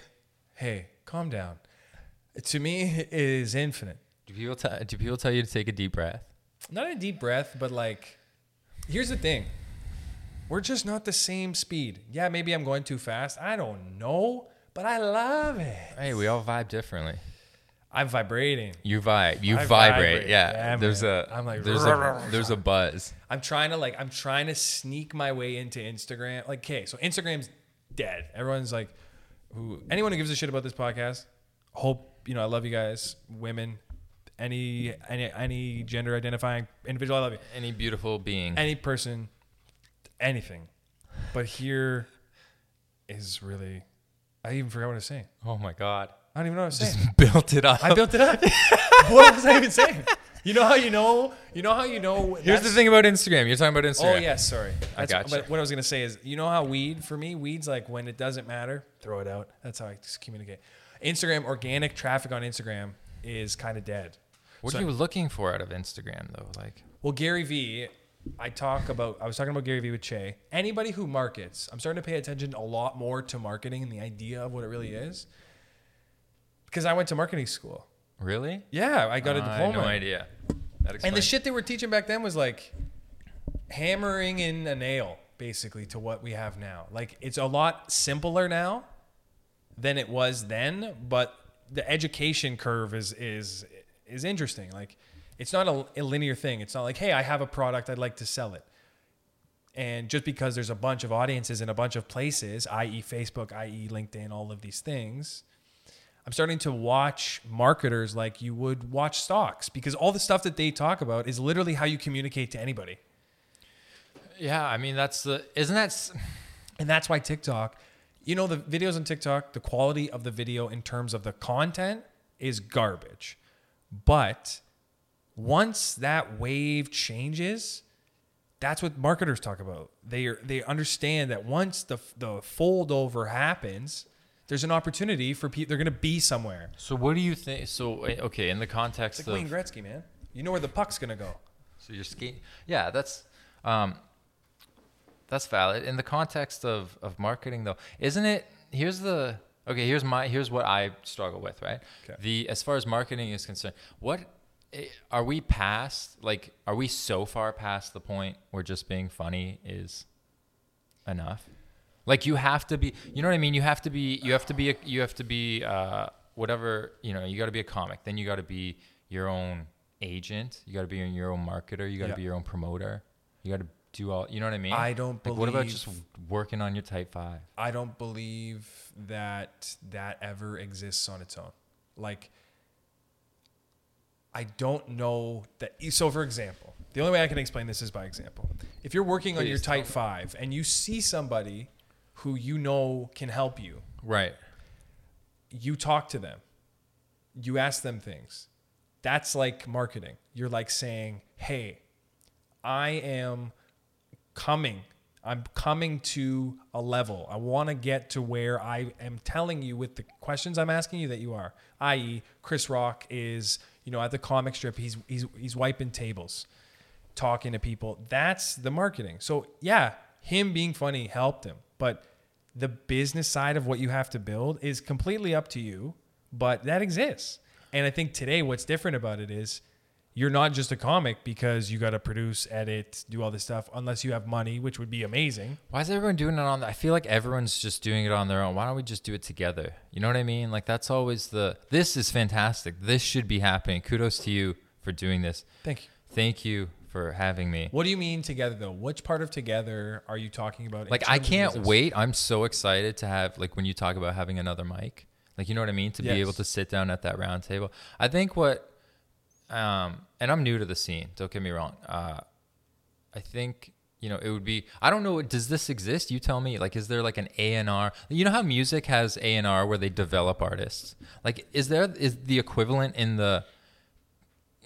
Speaker 2: "Hey, calm down." To me, it is infinite.
Speaker 1: do people tell do people tell you to take a deep breath?
Speaker 2: Not a deep breath, but like, here's the thing. We're just not the same speed. Yeah, maybe I'm going too fast. I don't know, but I love it.
Speaker 1: Hey, we all vibe differently.
Speaker 2: I'm vibrating.
Speaker 1: You vibe, you
Speaker 2: I
Speaker 1: vibrate.
Speaker 2: vibrate.
Speaker 1: Yeah,
Speaker 2: Yeah,
Speaker 1: there's
Speaker 2: man.
Speaker 1: a
Speaker 2: I'm like,
Speaker 1: there's a there's a buzz.
Speaker 2: I'm trying to like I'm trying to sneak my way into Instagram. Like, okay, so Instagram's dead. Everyone's like, who anyone who gives a shit about this podcast, hope you know I love you guys, women, any any any gender identifying individual, I love you.
Speaker 1: Any beautiful being.
Speaker 2: Any person, anything. But here is really I even forgot what I was saying.
Speaker 1: oh my god,
Speaker 2: I don't even know what I was saying.
Speaker 1: built it up.
Speaker 2: I built it up. what was I even saying? You know how you know you know how you know
Speaker 1: Here's
Speaker 2: that's-
Speaker 1: the thing about Instagram. You're talking about Instagram.
Speaker 2: Oh yeah, sorry.
Speaker 1: I
Speaker 2: That's-
Speaker 1: gotcha.
Speaker 2: But what I was gonna say is, you know how weed for me, weed's like when it doesn't matter, throw it out. That's how I just communicate. Instagram organic traffic on Instagram is kind of dead.
Speaker 1: What
Speaker 2: So-
Speaker 1: are you looking for out of Instagram though? Like,
Speaker 2: Well, Gary Vee, I talk about. I was talking about Gary Vee with Che. Anybody who markets, I'm starting to pay attention a lot more to marketing and the idea of what it really is. Because I went to marketing school.
Speaker 1: really?
Speaker 2: Yeah, I got a
Speaker 1: I had
Speaker 2: diploma.
Speaker 1: no idea. That
Speaker 2: And the
Speaker 1: explains-
Speaker 2: shit they were teaching back then was like hammering in a nail, basically, to what we have now. Like it's a lot simpler now than it was then, but the education curve is is is interesting. Like it's not a, a linear thing. It's not like, hey, I have a product, I'd like to sell it. And just because there's a bunch of audiences in a bunch of places, i.e., Facebook, i.e., LinkedIn, all of these things, I'm starting to watch marketers like you would watch stocks because all the stuff that they talk about is literally how you communicate to anybody.
Speaker 1: yeah, I mean that's the isn't that s-
Speaker 2: And that's why TikTok, you know, the videos on TikTok, the quality of the video in terms of the content is garbage. But once that wave changes, that's what marketers talk about. They are, they understand that once the the fold over happens, there's an opportunity for people. They're gonna be somewhere.
Speaker 1: so? What do you think? So eh, okay, in the context
Speaker 2: It's
Speaker 1: of
Speaker 2: like Wayne Gretzky, man. You know where the puck's gonna go.
Speaker 1: So you're skating. Yeah, that's. Um, That's valid in the context of of marketing, though, isn't it? Here's the okay. Here's my here's what I struggle with, right?
Speaker 2: Okay.
Speaker 1: The as far as marketing is concerned, what eh, are we past? Like, are we so far past the point where just being funny is enough? Like, you have to be. You know what I mean? You have to be. You have to be. A, you have to be. Uh, whatever you know. You got to be a comic. Then you got to be your own agent. You got to be your own marketer. You got to
Speaker 2: Yeah.
Speaker 1: be your own promoter. You got to do all. You know what I mean?
Speaker 2: I don't
Speaker 1: Like, what about just
Speaker 2: believe-
Speaker 1: working on your type five?
Speaker 2: I don't believe that that ever exists on its own. Like, I don't know that. So, for example, the only way I can explain this is by example. If you're working on your
Speaker 1: Please tell
Speaker 2: type five and you see somebody who you know can help you,
Speaker 1: Right.
Speaker 2: you talk to them, you ask them things. That's like marketing. You're like saying, hey, I am coming. I'm coming to a level. I want to get to where I am telling you with the questions I'm asking you that you are. I.e., Chris Rock is, you know, at the comic strip, he's he's he's wiping tables, talking to people. That's the marketing. So yeah, him being funny helped him. But the business side of what you have to build is completely up to you. But that exists. And I think today what's different about it is you're not just a comic because you got to produce, edit, do all this stuff, unless you have money, which would be amazing.
Speaker 1: Why is everyone doing it on? I feel like everyone's just doing it on their own. Why don't we just do it together? You know what I mean? Like that's always the. This is fantastic. This should be happening. Kudos to you for doing this.
Speaker 2: Thank you.
Speaker 1: Thank you for having me.
Speaker 2: What do you mean together though? Which part of together are you talking about? in
Speaker 1: like I
Speaker 2: terms of
Speaker 1: can't
Speaker 2: business?
Speaker 1: wait. I'm so excited to have like when you talk about having another mic. Like you know what I mean? To
Speaker 2: Yes.
Speaker 1: be able to sit down at that round table. I think what um and I'm new to the scene, don't get me wrong. Uh I think you know it would be I don't know does this exist? You tell me. Like is there like an A&R? You know how music has A&R where they develop artists? Like is there is the equivalent in the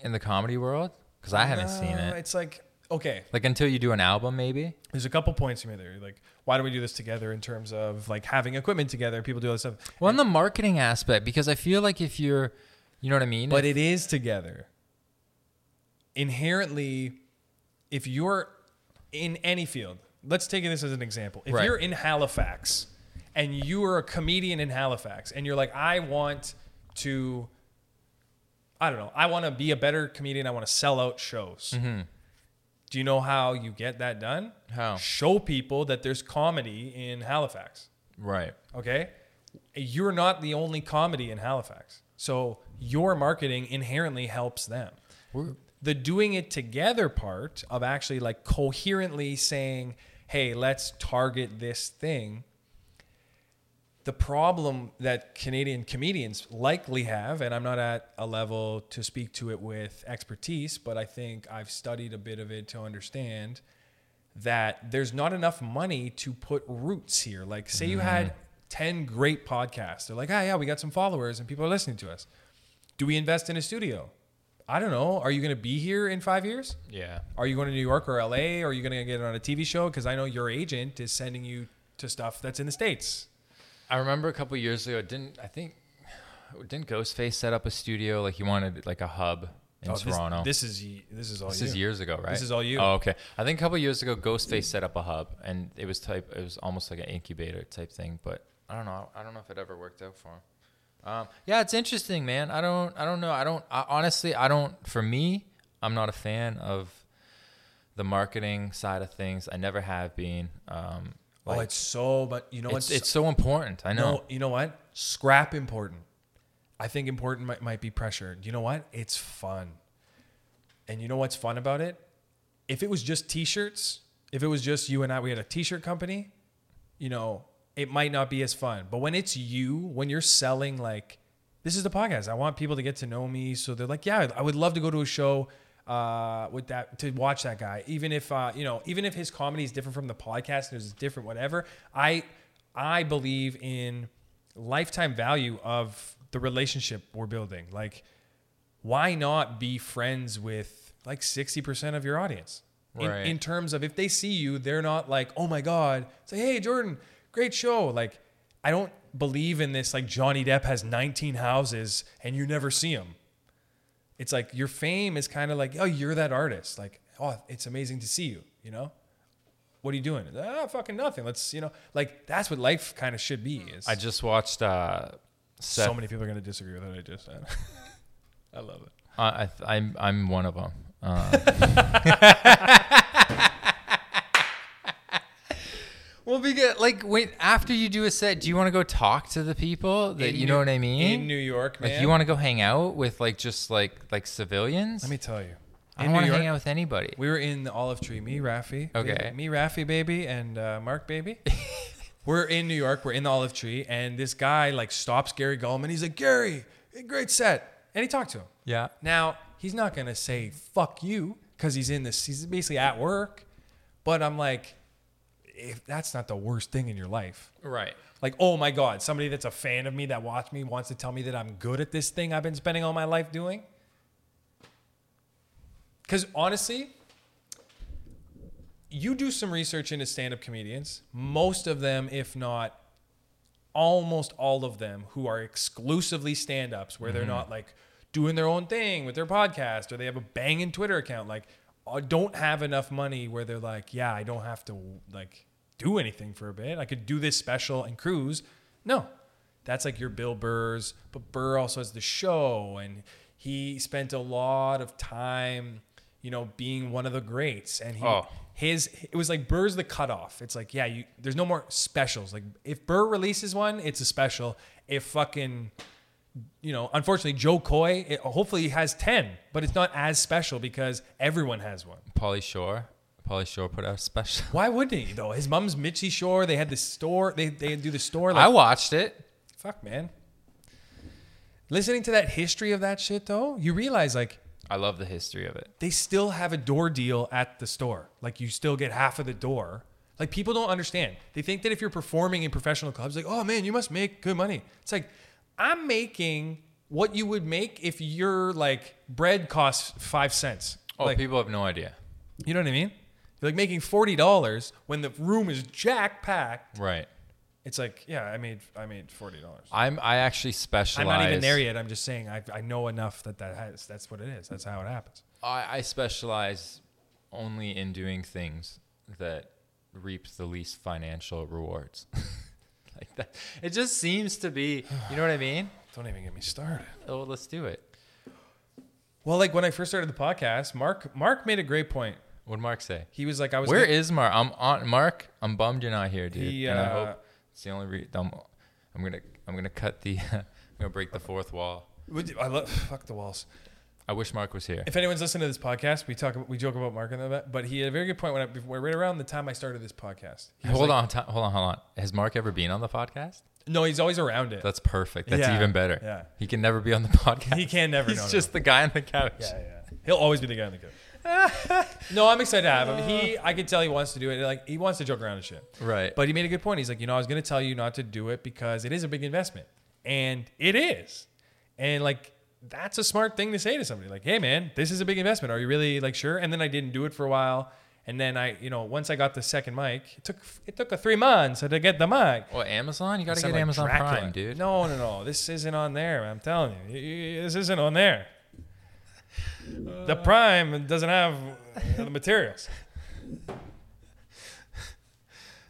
Speaker 1: in the comedy world? Cuz I haven't seen
Speaker 2: No,
Speaker 1: it.
Speaker 2: Uh, It's like okay,
Speaker 1: Like until you do an album maybe?
Speaker 2: there's a couple points you made there. Like why do we do this together in terms of like having equipment together? People do all this stuff,
Speaker 1: Well, in the marketing aspect, because I feel like if you're, you know what I mean?
Speaker 2: but it is together. Inherently, if you're in any field, let's take this as an example. If
Speaker 1: Right.
Speaker 2: you're in Halifax and you are a comedian in Halifax and you're like, I want to, I don't know, I want to be a better comedian, I want to sell out shows. Do you know how you get that done?
Speaker 1: Mm-hmm. How?
Speaker 2: Show people that there's comedy in Halifax
Speaker 1: right.
Speaker 2: okay you're not the only comedy in halifax so your marketing inherently helps them
Speaker 1: We're-
Speaker 2: the doing it together part of actually like coherently saying hey let's target this thing the problem that Canadian comedians likely have, and I'm not at a level to speak to it with expertise, but I think I've studied a bit of it to understand that there's not enough money to put roots here. Like, say you had
Speaker 1: Mm.
Speaker 2: 10 great podcasts, they're like, ah, yeah, we got some followers and people are listening to us. Do we invest in a studio? I don't know. Are you going to be here in five years?
Speaker 1: Yeah.
Speaker 2: Are you going to New York or LA? Or are you going to get on a TV show? Because I know your agent is sending you to stuff that's in the States.
Speaker 1: I remember a couple years ago, didn't I think didn't Ghostface set up a studio like he wanted like a hub in
Speaker 2: Oh, this-
Speaker 1: Toronto?
Speaker 2: This, is y- this is all
Speaker 1: This
Speaker 2: you.
Speaker 1: is years ago, right?
Speaker 2: This is all you.
Speaker 1: Oh, okay. I think a couple years ago, Ghostface set up a hub, and it was type. It was almost like an incubator type thing, but I don't know. I don't know if it ever worked out for him. Um, yeah, it's interesting, man. I don't. I don't know. I don't. I, honestly, I don't. For me, I'm not a fan of the marketing side of things. I never have been. Um,
Speaker 2: oh,
Speaker 1: like,
Speaker 2: it's so but you know
Speaker 1: it's,
Speaker 2: what's
Speaker 1: it's so important. I know.
Speaker 2: no, you know what? Scrap important. I think important might, might be pressure. You know what? It's fun. And you know what's fun about it? If it was just t-shirts, if it was just you and I, we had a t-shirt company, you know, it might not be as fun. But when it's you, when you're selling like this is the podcast. I want people to get to know me. So they're like, yeah, I would love to go to a show uh, with that to watch that guy. Even if uh, you know, even if his comedy is different from the podcast and it's different, whatever. I I believe in lifetime value of the relationship we're building. Like, why not be friends with like 60% of your audience? In-
Speaker 1: Right.
Speaker 2: in terms of if they see you, they're not like, oh my God, say, hey, Jordan, great show. Like, I don't believe in this, like, Johnny Depp has 19 houses and you never see him. It's like your fame is kind of like, oh, you're that artist. Like, oh, it's amazing to see you, you know? What are you doing? Ah, fucking nothing. Let's you know, like that's what life kind of should be. Is
Speaker 1: I just watched. Uh, Seth,
Speaker 2: so many people are gonna disagree with what I just said. I love it.
Speaker 1: I, I, I'm I'm one of Um, them. Uh, well, because like when after you do a set, do you want to go talk to the people that
Speaker 2: In
Speaker 1: you
Speaker 2: New-
Speaker 1: know what I mean?
Speaker 2: In New York, man.
Speaker 1: like you want to go hang out with like just like like civilians?
Speaker 2: Let me tell you.
Speaker 1: I
Speaker 2: in
Speaker 1: don't
Speaker 2: New
Speaker 1: want to
Speaker 2: York-
Speaker 1: hang out with anybody.
Speaker 2: We were in the Olive Tree. Me, Rafi.
Speaker 1: Okay.
Speaker 2: ba- Me, Rafi, baby, and uh, Mark, baby. we're in New York. We're in the Olive Tree, and this guy like stops Gary Gulman. He's like, Gary, great set, and he talked to him.
Speaker 1: yeah.
Speaker 2: Now he's not gonna say fuck you because he's in this. He's basically at work, but I'm like, if that's not the worst thing in your life,
Speaker 1: Right.
Speaker 2: like oh my god somebody that's a fan of me that watched me wants to tell me that i'm good at this thing i've been spending all my life doing because honestly you do some research into stand-up comedians most of them if not almost all of them who are exclusively stand-ups where they're not like doing their own thing with their podcast or they have a banging twitter account like uh, don't have enough money where they're like yeah i don't have to like do anything for a bit i could do this special and cruise no that's like your bill burrs but burr also has the show and he spent a lot of time you know being one of the greats and he
Speaker 1: Oh.
Speaker 2: his it was like Burr's the cutoff. It's like yeah, you there's no more specials. Like if Burr releases one, it's a special. If fucking you know, unfortunately Joe Coy, it, hopefully he has 10, but it's not as special because everyone has one.
Speaker 1: Polly Shore. Polly Shore put out a special.
Speaker 2: Why wouldn't he though? His mom's Mitchie Shore, they had the store, they they do the store like
Speaker 1: I watched it.
Speaker 2: fuck man. Listening to that history of that shit though, you realize like
Speaker 1: I love the history of it.
Speaker 2: they still have a door deal at the store. Like you still get half of the door. Like people don't understand. They think that if you're performing in professional clubs, like, oh man, you must make good money. It's like, I'm making what you would make if your like bread costs five cents.
Speaker 1: Oh,
Speaker 2: like,
Speaker 1: people have no idea.
Speaker 2: you know what I mean? You're like making forty dollars when the room is jack packed.
Speaker 1: Right.
Speaker 2: It's like, yeah, I made I made forty dollars.
Speaker 1: I'm I actually
Speaker 2: I'm
Speaker 1: specialize.
Speaker 2: not even there yet. I'm just saying I, I know enough that that has, that's what it is. That's how it happens.
Speaker 1: I, I specialize only in doing things that reap the least financial rewards. like that. It just seems to be, you know what I mean?
Speaker 2: Don't even get me started.
Speaker 1: Oh, let's do it.
Speaker 2: Well, like when I first started the podcast, Mark Mark made a great point.
Speaker 1: What would Mark say?
Speaker 2: He was like, I was
Speaker 1: Where
Speaker 2: gonna-
Speaker 1: is Mark? I'm on Mark. I'm bummed you're not here, dude.
Speaker 2: He,
Speaker 1: and I
Speaker 2: uh,
Speaker 1: hope it's the only re- I'm, I'm gonna I'm gonna cut the I'm gonna break the fourth wall.
Speaker 2: Would- I love fuck the walls.
Speaker 1: I wish Mark was here.
Speaker 2: If anyone's listening to this podcast, we talk about, we joke about Mark and all that, but he had a very good point when I, before, right around the time I started this podcast. He was
Speaker 1: Hold
Speaker 2: like-
Speaker 1: on, ti- hold on, hold on. Has Mark ever been on the podcast?
Speaker 2: no, he's always around it.
Speaker 1: That's perfect. That's
Speaker 2: Yeah,
Speaker 1: even better.
Speaker 2: yeah.
Speaker 1: He can never be on the podcast.
Speaker 2: He can never,
Speaker 1: He's
Speaker 2: no, no,
Speaker 1: just the guy on the couch.
Speaker 2: Yeah, yeah. He'll always be the guy on the couch. no, I'm excited to have him. He, I can tell he wants to do it. Like he wants to joke around and shit.
Speaker 1: Right.
Speaker 2: But he made a good point. He's like, you know, I was going to tell you not to do it because it is a big investment. And it is. And like, that's a smart thing to say to somebody. Like, hey, man, this is a big investment. Are you really like sure? And then I didn't do it for a while. And then I, you know, once I got the second mic, it took it took a three months to get the mic.
Speaker 1: well, Amazon, you got to
Speaker 2: Sound
Speaker 1: get
Speaker 2: like
Speaker 1: Amazon
Speaker 2: Dracula.
Speaker 1: Prime, dude.
Speaker 2: No, no, no. This isn't on there. I'm telling you, You- you- this isn't on there.
Speaker 1: Uh,
Speaker 2: The Prime doesn't have the materials.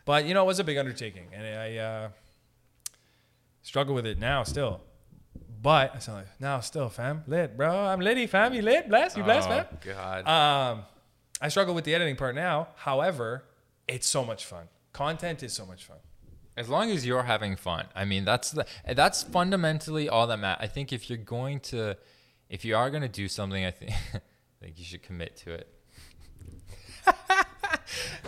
Speaker 2: But you know, it was a big undertaking, and I uh, struggle with it now still. But I sound like now still, fam, lit, bro. I'm litty, fam. You lit, blast, you blast, fam.
Speaker 1: oh, God.
Speaker 2: Um, I struggle with the editing part now. However, it's so much fun. Content is so much fun.
Speaker 1: as long as you're having fun, I mean, that's the that's fundamentally all that matters. I think if you're going to, if you are going to do something, I think, I think you should commit to it.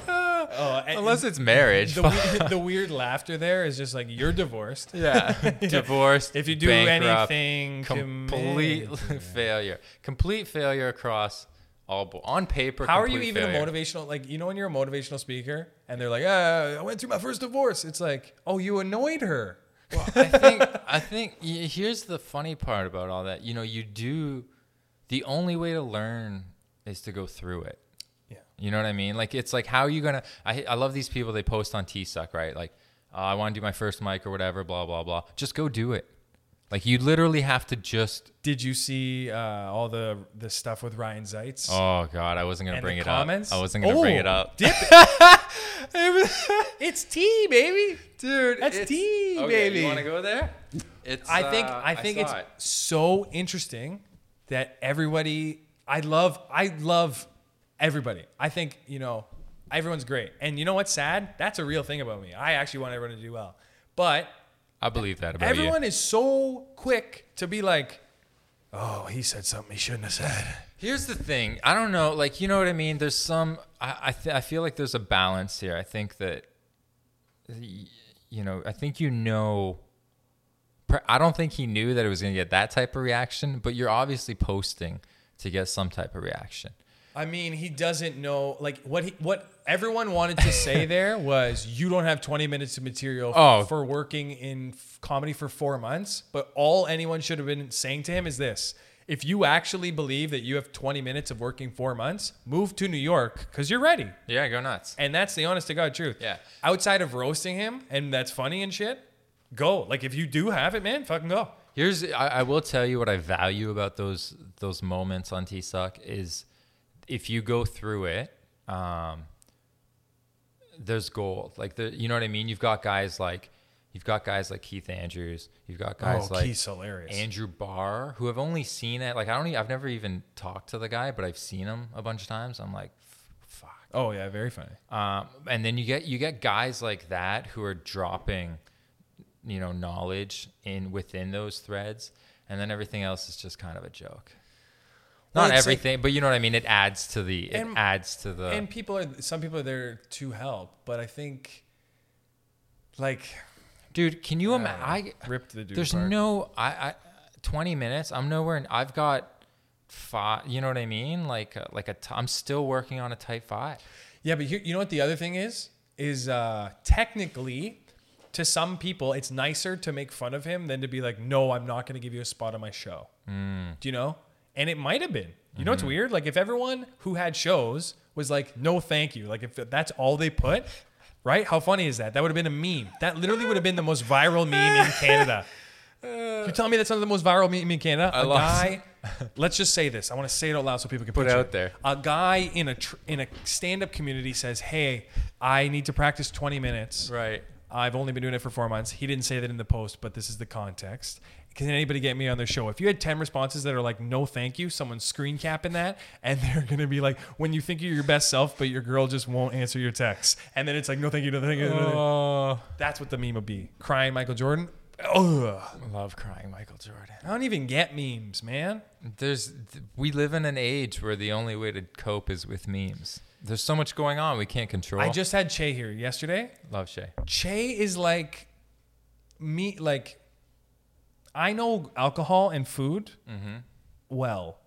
Speaker 2: Oh, and-
Speaker 1: Unless it's marriage.
Speaker 2: the, we- the weird laughter there is just like you're divorced.
Speaker 1: yeah, divorced.
Speaker 2: If you do
Speaker 1: bankrupt,
Speaker 2: anything,
Speaker 1: complete
Speaker 2: commit.
Speaker 1: failure, complete failure across all bo- on paper.
Speaker 2: How are you
Speaker 1: complete
Speaker 2: even
Speaker 1: failure.
Speaker 2: a motivational? Like you know when you're a motivational speaker and they're like, "Ah, I went through my first divorce." It's like, oh, you annoyed her.
Speaker 1: Well, I think I think y- here's the funny part about all that. You know, you do the only way to learn is to go through it.
Speaker 2: Yeah.
Speaker 1: You know what I mean? Like it's like how are you gonna? I I love these people. They post on T-Suck, right? Like uh, I want to do my first mic or whatever. Blah blah blah. Just go do it. Like you literally have to just.
Speaker 2: Did you see uh, all the the stuff with Ryan Zeitz?
Speaker 1: Oh God, I wasn't gonna
Speaker 2: and
Speaker 1: bring
Speaker 2: the
Speaker 1: it
Speaker 2: comments?
Speaker 1: up. I wasn't gonna bring
Speaker 2: Oh,
Speaker 1: it up.
Speaker 2: Dip it's tea, baby.
Speaker 1: Dude,
Speaker 2: That's
Speaker 1: it's-
Speaker 2: tea,
Speaker 1: okay,
Speaker 2: baby.
Speaker 1: You want to go there? It's.
Speaker 2: I think
Speaker 1: uh,
Speaker 2: I think it's
Speaker 1: saw it.
Speaker 2: so interesting that everybody I love I love everybody. I think, you know, everyone's great. And you know what's sad? That's a real thing about me. I actually want everyone to do well. But
Speaker 1: I believe that about
Speaker 2: everyone
Speaker 1: you.
Speaker 2: is so quick to be like, "Oh, he said something he shouldn't have said."
Speaker 1: Here's the thing. I don't know. Like, you know what I mean? There's some. I I, th- I feel like there's a balance here. I think that. y- You know, I think you know. per- I don't think he knew that it was going to get that type of reaction, but you're obviously posting to get some type of reaction.
Speaker 2: I mean, he doesn't know like what he what everyone wanted to say there was you don't have 20 minutes of material f-
Speaker 1: Oh.
Speaker 2: for working in f- comedy for 4 months, but all anyone should have been saying to him is this. If you actually believe that you have 20 minutes of working 4 months, move to New York cuz you're ready.
Speaker 1: Yeah, go nuts.
Speaker 2: And that's the honest to god truth.
Speaker 1: Yeah.
Speaker 2: Outside of roasting him and that's funny and shit, go. Like if you do have it, man, fucking go.
Speaker 1: Here's I, I will tell you what I value about those those moments on TSOC is if you go through it, um, there's gold. Like the you know what I mean. You've got guys like you've got guys like Keith Andrews. You've got guys
Speaker 2: oh,
Speaker 1: like
Speaker 2: he's hilarious.
Speaker 1: Andrew Barr, who have only seen it. Like I don't, e- I've never even talked to the guy, but I've seen him a bunch of times. I'm like, "F- fuck.
Speaker 2: oh yeah, very funny.
Speaker 1: Um, and then you get you get guys like that who are dropping, you know, knowledge in within those threads, and then everything else is just kind of a joke.
Speaker 2: Well,
Speaker 1: Not
Speaker 2: it's like-
Speaker 1: everything, but you know what I mean. It adds to the it
Speaker 2: And-
Speaker 1: adds to the
Speaker 2: and people are some people are there to help, but I think like
Speaker 1: dude. Can you imagine? I
Speaker 2: ripped the dude.
Speaker 1: there's
Speaker 2: apart.
Speaker 1: no I, I twenty minutes. I'm nowhere. In, I've got five. You know what I mean? Like a, like a. T- I'm still working on a tight five.
Speaker 2: yeah, but here, you know what the other thing is is uh, technically to some people it's nicer to make fun of him than to be like, no, I'm not going to give you a spot on my show.
Speaker 1: Mm.
Speaker 2: Do you know? And it might have been. You know what's
Speaker 1: Mm-hmm.
Speaker 2: weird? Like if everyone who had shows was like, no, thank you. Like if that's all they put. Right? How funny is that? That would have been a meme. That literally would have been the most viral meme in Canada. You telling me that's not the most viral meme in Canada? A
Speaker 1: lost-
Speaker 2: guy. Let's just say this. I want to say it out loud so people can put
Speaker 1: it out there.
Speaker 2: A guy in a tr- in a stand-up community says, "Hey, I need to practice 20 minutes.
Speaker 1: Right.
Speaker 2: I've only been doing it for four months." He didn't say that in the post, but this is the context. Can anybody get me on their show? If you had 10 responses that are like, "No, thank you," someone's screen capping that, and they're gonna be like, "When you think you're your best self, but your girl just won't answer your text," and then it's like, "No, thank you, no, thank you." No, thank you.
Speaker 1: Oh,
Speaker 2: That's what the meme would be. Crying Michael Jordan. Ugh.
Speaker 1: love crying, Michael Jordan.
Speaker 2: I don't even get memes, man.
Speaker 1: There's th- we live in an age where the only way to cope is with memes. There's so much going on we can't control.
Speaker 2: I just had Che here yesterday.
Speaker 1: love Shay.
Speaker 2: Che is like me like I know alcohol and food well.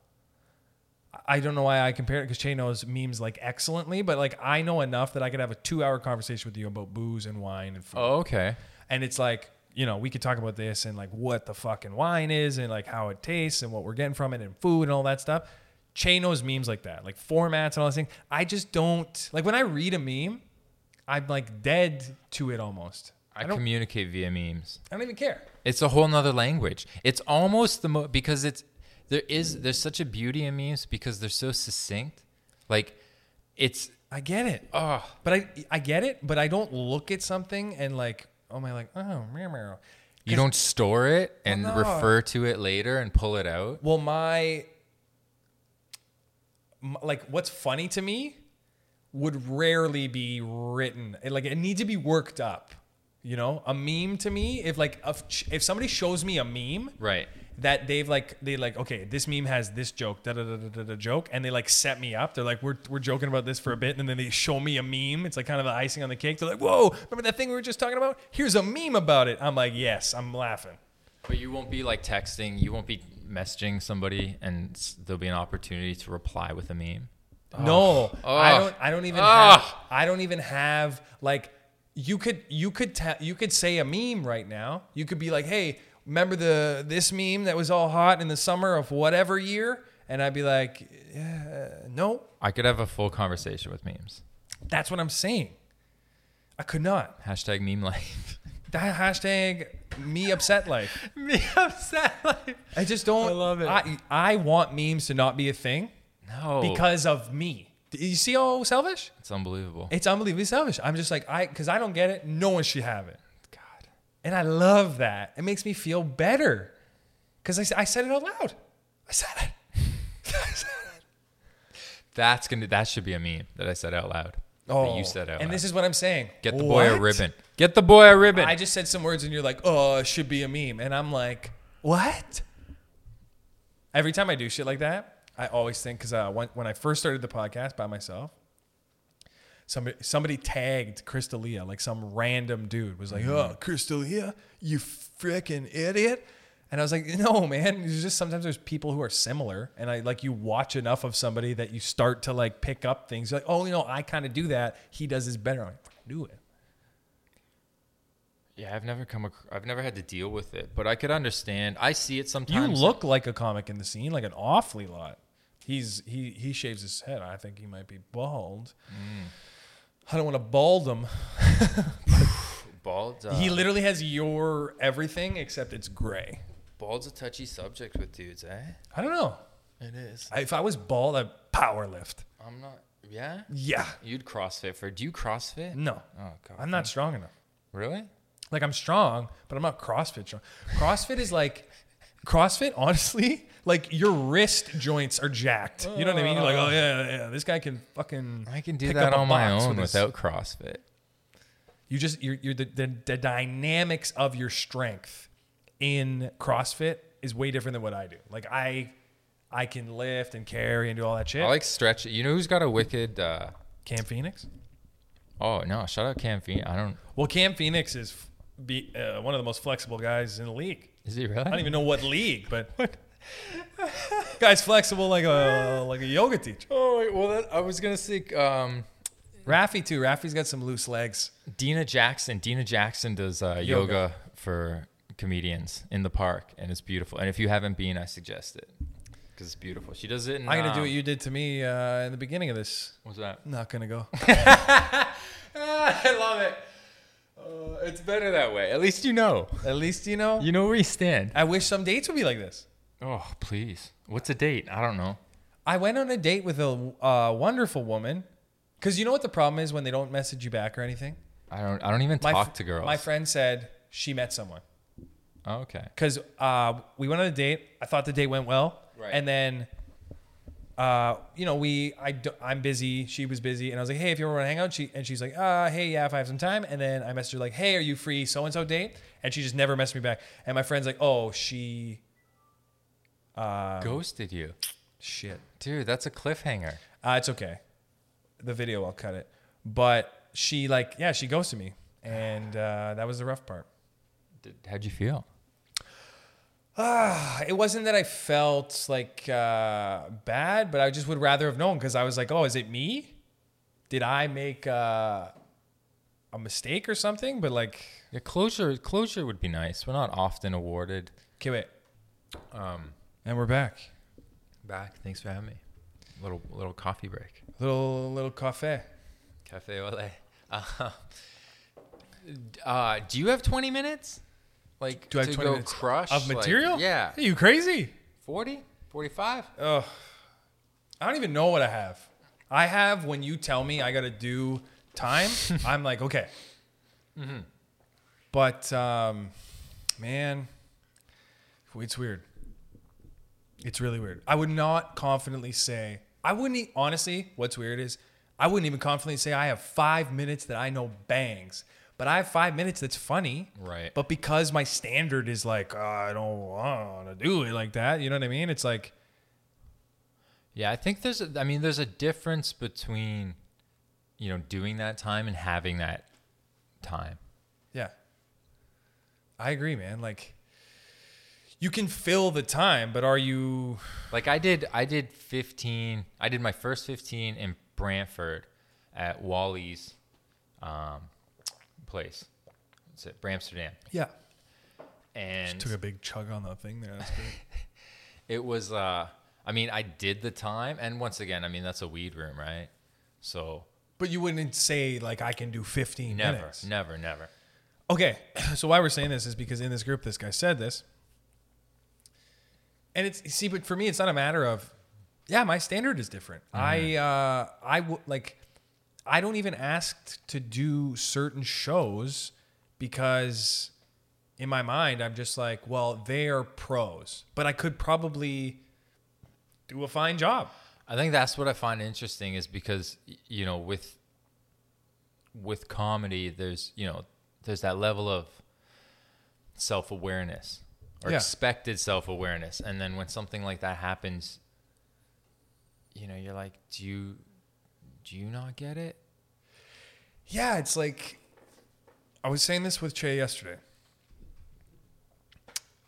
Speaker 2: I- I don't know why I compare it because Che knows memes like excellently, but like I know enough that I could have a two hour conversation with you about booze and wine and food.
Speaker 1: Oh, okay.
Speaker 2: And it's like, you know, we could talk about this and like what the fucking wine is and like how it tastes and what we're getting from it and food and all that stuff. Che knows memes like that, like formats and all those things. I just don't like when I read a meme, I'm like dead to it almost.
Speaker 1: I,
Speaker 2: I don't
Speaker 1: communicate via memes.
Speaker 2: I don't even care.
Speaker 1: It's a whole nother language. It's almost the mo because it's there is there's such a beauty in memes because they're so succinct. Like it's
Speaker 2: I get it.
Speaker 1: oh
Speaker 2: But I I get it, but I don't look at something and like, oh my like, oh meow, meow.
Speaker 1: you don't store it and
Speaker 2: no.
Speaker 1: refer to it later and pull it out.
Speaker 2: Well, my, m like what's funny to me would rarely be written. It, like it needs to be worked up. You know, a meme to me, if like if, ch- if somebody shows me a meme
Speaker 1: Right.
Speaker 2: that they've like they like okay, this meme has this joke da da da da da, da joke, and they like set me up. They're like we're we're joking about this for a bit, and then they show me a meme. It's like kind of the icing on the cake. They're like, whoa, remember that thing we were just talking about? Here's a meme about it. I'm like, yes, I'm laughing.
Speaker 1: But you won't be like texting, you won't be messaging somebody and s- there'll be an opportunity to reply with a meme.
Speaker 2: No, I
Speaker 1: Oh. Ugh.
Speaker 2: don't. I don't even.
Speaker 1: Ugh.
Speaker 2: Have, I don't even have like. You could you could ta- you could say a meme right now. You could be like, hey, remember the this meme that was all hot in the summer of whatever year? And I'd be like, yeah, no,
Speaker 1: I could have a full conversation with memes.
Speaker 2: that's what I'm saying. I could not.
Speaker 1: Hashtag meme life.
Speaker 2: That hashtag me upset life.
Speaker 1: Me upset life.
Speaker 2: I just don't.
Speaker 1: I love it.
Speaker 2: I, I want memes to not be a thing
Speaker 1: No.
Speaker 2: because of me. D- You see how selfish?
Speaker 1: It's unbelievable.
Speaker 2: It's unbelievably selfish. I'm just like I because I don't get it. No one should have it,
Speaker 1: God.
Speaker 2: and I love that. It makes me feel better because I, s- I said it out loud. I said it.
Speaker 1: That's gonna that should be a meme that I said out loud. that you said out
Speaker 2: Oh, and
Speaker 1: loud.
Speaker 2: this is what I'm saying.
Speaker 1: Get the boy a
Speaker 2: What?
Speaker 1: ribbon. Get the boy a ribbon.
Speaker 2: I just said some words and you're like, oh, it should be a meme. And I'm like, what? Every time I do shit like that, I always think, because uh, when, when I first started the podcast by myself, somebody, somebody tagged Crystalia, like some random dude was like, oh, Crystalia, you freaking idiot. And I was like, no, man. It's just sometimes there's people who are similar. And I like you watch enough of somebody that you start to like pick up things. You're like, oh, you know, I kind of do that. He does this better. I'm like, do it.
Speaker 1: yeah, I've never come. Ac- I've never had to deal with it, but I could understand. I see it
Speaker 2: You
Speaker 1: sometimes.
Speaker 2: look like a comic in the scene, like an awfully lot. He's he he shaves his head. I think he might be bald. I don't want to bald him.
Speaker 1: bald. Uh,
Speaker 2: he literally has your everything except it's gray.
Speaker 1: bald's a touchy subject with dudes, eh?
Speaker 2: I don't know.
Speaker 1: It is.
Speaker 2: I, if I was bald, I'd power lift.
Speaker 1: I'm not. Yeah.
Speaker 2: Yeah.
Speaker 1: You'd CrossFit for? Do you CrossFit?
Speaker 2: No.
Speaker 1: Oh God.
Speaker 2: I'm not strong enough.
Speaker 1: Really?
Speaker 2: Like I'm strong, but I'm not CrossFit strong. CrossFit is like CrossFit, honestly, like your wrist joints are jacked. You know what I mean? You're like, oh yeah, yeah, yeah, this guy can fucking
Speaker 1: I can do
Speaker 2: pick
Speaker 1: that
Speaker 2: up a
Speaker 1: on my
Speaker 2: box
Speaker 1: own
Speaker 2: with his-
Speaker 1: without CrossFit.
Speaker 2: You just you're, you're the, the the dynamics of your strength in CrossFit is way different than what I do. Like I I can lift and carry and do all that shit.
Speaker 1: I like stretch. You know who's got a wicked? Uh,
Speaker 2: Cam Phoenix.
Speaker 1: oh no! Shout out Cam Fien- I don't.
Speaker 2: Well, Cam Phoenix is f- be, uh, one of the most flexible guys in the league.
Speaker 1: Is he really?
Speaker 2: I don't even know what league, but guy's flexible like a like a yoga teacher.
Speaker 1: Oh wait, well that, I was gonna say um,
Speaker 2: Rafi too. Rafi's got some loose legs.
Speaker 1: Dina Jackson. Dina Jackson does uh, yoga.
Speaker 2: Yoga.
Speaker 1: for comedians in the park, and it's beautiful. And if you haven't been, I suggest it because it's beautiful. She does it. In,
Speaker 2: I'm gonna
Speaker 1: um,
Speaker 2: do what you did to me uh, in the beginning of this.
Speaker 1: What's that?
Speaker 2: Not gonna go.
Speaker 1: I love it. Uh, it's better that way. At least you know.
Speaker 2: At least you know.
Speaker 1: You know where you stand.
Speaker 2: I wish some dates would be like this.
Speaker 1: Oh please. What's a date? I don't know.
Speaker 2: I went on a date with a uh, wonderful woman. Because you know what the problem is when they don't message you back or anything?
Speaker 1: I don't. I don't even
Speaker 2: My,
Speaker 1: talk
Speaker 2: fr-
Speaker 1: to girls.
Speaker 2: My friend said she met someone.
Speaker 1: Oh, okay.
Speaker 2: Because uh, we went on a date. I thought the date went well.
Speaker 1: Right.
Speaker 2: And then, uh, you know, we I, d- I'm busy. She was busy. And I was like, hey, if you ever want to hang out. She, and she's like, uh, hey, yeah, if I have some time. And then I messaged her like, hey, are you free so-and-so date? And she just never messaged me back. And my friend's like, oh, she, Um,
Speaker 1: Ghosted you,
Speaker 2: shit.
Speaker 1: dude. That's a cliffhanger.
Speaker 2: Uh, it's okay. The video, I'll cut it. But she like, yeah, she ghosted me, and uh, that was the rough part.
Speaker 1: Did, how'd you feel?
Speaker 2: Ah, it wasn't that I felt like uh, bad, but I just would rather have known because I was like, oh, is it me? Did I make uh, a mistake or something? But like,
Speaker 1: Yeah, closure. Closure would be nice. We're not often awarded.
Speaker 2: okay, wait,
Speaker 1: Um,
Speaker 2: and we're back.
Speaker 1: back. Thanks for having me. Little little coffee break.
Speaker 2: Little little cafe.
Speaker 1: Cafe au lait. Uh, uh, do you have twenty minutes? Like
Speaker 2: Do I have
Speaker 1: to
Speaker 2: 20
Speaker 1: go
Speaker 2: minutes
Speaker 1: crush
Speaker 2: of
Speaker 1: like,
Speaker 2: material?
Speaker 1: yeah,
Speaker 2: Are you crazy?
Speaker 1: 40, 45?
Speaker 2: Ugh. I don't even know what I have. I have when you tell me I got to do time, I'm like, okay. Mm-hmm. But, um, man, it's weird. It's really weird. I would not confidently say, I wouldn't, e- honestly, what's weird is I wouldn't even confidently say I have five minutes that I know bangs, but I have five minutes that's funny.
Speaker 1: Right.
Speaker 2: But because my standard is like, "Oh, I don't want to do it like that, you know what I mean? It's like,
Speaker 1: Yeah, I think there's. A, I mean, there's a difference between, you know, doing that time and having that time.
Speaker 2: Yeah. I agree, man. Like you can fill the time, but are you
Speaker 1: Like I did, I did 15. I did my first 15 in Brantford at Wally's um, place. It's at Bramsterdam,
Speaker 2: Yeah.
Speaker 1: and
Speaker 2: Took a big chug on the thing there. That's great.
Speaker 1: it was. Uh, I mean, I did the time, and once again, I mean that's a weed room, right? So
Speaker 2: but you wouldn't say like I can do 15
Speaker 1: never,
Speaker 2: minutes.
Speaker 1: never, never.
Speaker 2: Okay. So why we're saying this is because in this group this guy said this. And it's see, but for me it's not a matter of yeah, my standard is different. I uh, I w- like I don't even ask to do certain shows because in my mind I'm just like, well, they are pros, but I could probably do a fine job.
Speaker 1: I think that's what I find interesting is because y- you know with with comedy there's you know there's that level of self-awareness or
Speaker 2: Yeah.
Speaker 1: expected self-awareness and then when something like that happens you know you're like do you do you not get it
Speaker 2: Yeah, it's like I was saying this with Che yesterday.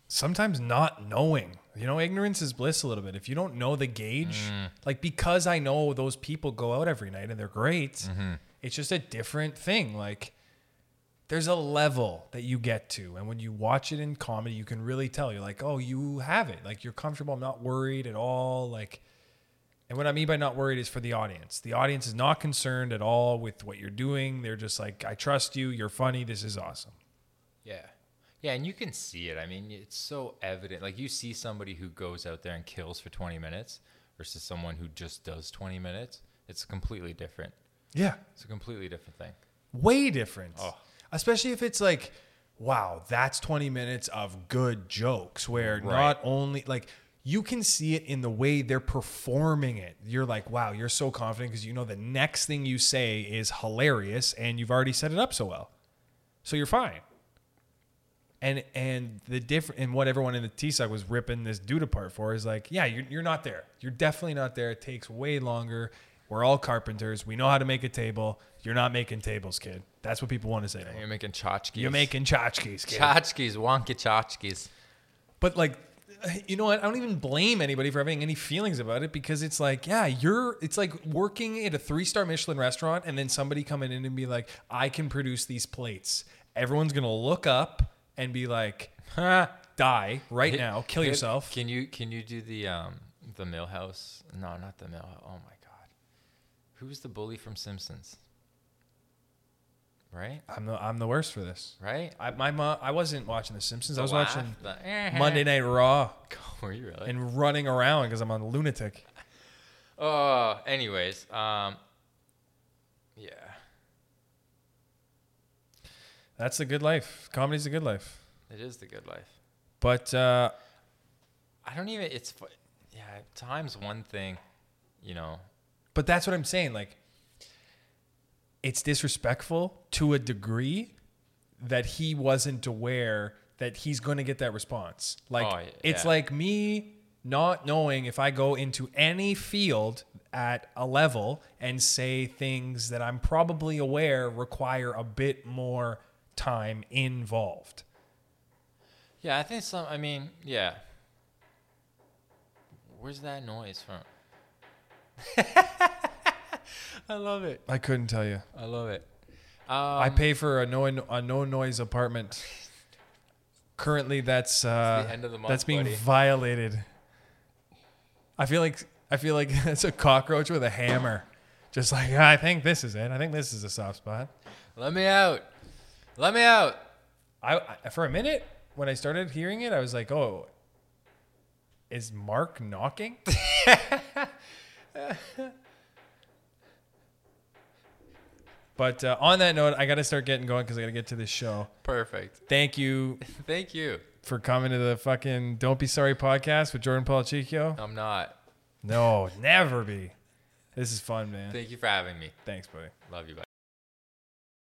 Speaker 2: Sometimes not knowing, you know, ignorance is bliss a little bit. If you don't know the gauge, like because I know those people go out every night and they're great, it's just a different thing. Like there's a level that you get to. And when you watch it in comedy, you can really tell. You're like, oh, you have it. Like you're comfortable. I'm not worried at all. Like, and what I mean by not worried is for the audience. The audience is not concerned at all with what you're doing. They're just like, I trust you. You're funny. This is awesome.
Speaker 1: Yeah. Yeah, and you can see it. I mean, it's so evident. Like you see somebody who goes out there and kills for 20 minutes versus someone who just does 20 minutes. It's completely different.
Speaker 2: Yeah.
Speaker 1: It's a completely different thing.
Speaker 2: Way different.
Speaker 1: Oh.
Speaker 2: Especially if it's like, wow, that's 20 minutes of good jokes where
Speaker 1: Right.
Speaker 2: not only like you can see it in the way they're performing it. You're like, wow, you're so confident because you know the next thing you say is hilarious and you've already set it up so well. So you're fine. and and the different and what everyone in the T side was ripping this dude apart for is like, yeah, you're, you're not there. You're definitely not there. It takes way longer. We're all carpenters. We know how to make a table. You're not making tables, kid. That's what people want to say. To you.
Speaker 1: You're making tchotchkes.
Speaker 2: You're making tchotchkes, kid.
Speaker 1: tchotchkes, wonky tchotchkes.
Speaker 2: But like, you know what? I don't even blame anybody for having any feelings about it because it's like, yeah, you're. It's like working at a three star Michelin restaurant and then somebody coming in and be like, I can produce these plates. Everyone's gonna look up and be like, huh, die right now, kill
Speaker 1: Hey,
Speaker 2: yourself.
Speaker 1: Can you can you do the um the Millhouse? No, not the Millhouse. Oh my god. Who's the bully from Simpsons? Right?
Speaker 2: I'm the I'm the worst for this.
Speaker 1: Right?
Speaker 2: I my mom I wasn't watching The Simpsons. I was
Speaker 1: Laugh,
Speaker 2: watching
Speaker 1: the-
Speaker 2: Monday Night Raw
Speaker 1: Were you really?
Speaker 2: and running around because I'm a lunatic.
Speaker 1: Oh, anyways, um, yeah,
Speaker 2: That's the good life. Comedy's the good life.
Speaker 1: it is the good life.
Speaker 2: But uh,
Speaker 1: I don't even. It's fu- yeah. Time's one thing, you know.
Speaker 2: but that's what I'm saying. Like, it's disrespectful to a degree that he wasn't aware that he's going to get that response. Like,
Speaker 1: Oh, y-
Speaker 2: it's
Speaker 1: yeah.
Speaker 2: like me not knowing if I go into any field at a level and say things that I'm probably aware require a bit more time involved.
Speaker 1: Yeah, I think some. I mean, yeah. Where's that noise from? I love it.
Speaker 2: I couldn't tell you.
Speaker 1: I love it.
Speaker 2: I
Speaker 1: Um,
Speaker 2: pay for a no a no noise apartment. Currently, that's uh,
Speaker 1: It's the end of the month,
Speaker 2: that's being
Speaker 1: buddy.
Speaker 2: violated. I feel like I feel like that's a cockroach with a hammer, just like I think this is it. I think this is a soft spot.
Speaker 1: let me out. Let me out.
Speaker 2: I, I for a minute when I started hearing it, I was like, oh, is Mark knocking? but uh, on that note, I got to start getting going because I got to get to this show.
Speaker 1: Perfect.
Speaker 2: Thank you
Speaker 1: Thank you.
Speaker 2: for coming to the fucking Don't Be Sorry podcast with Jordan Paul Chicchio.
Speaker 1: I'm not.
Speaker 2: No, never be. This is fun, man.
Speaker 1: Thank you for having me.
Speaker 2: Thanks, buddy.
Speaker 1: Love you. Bye.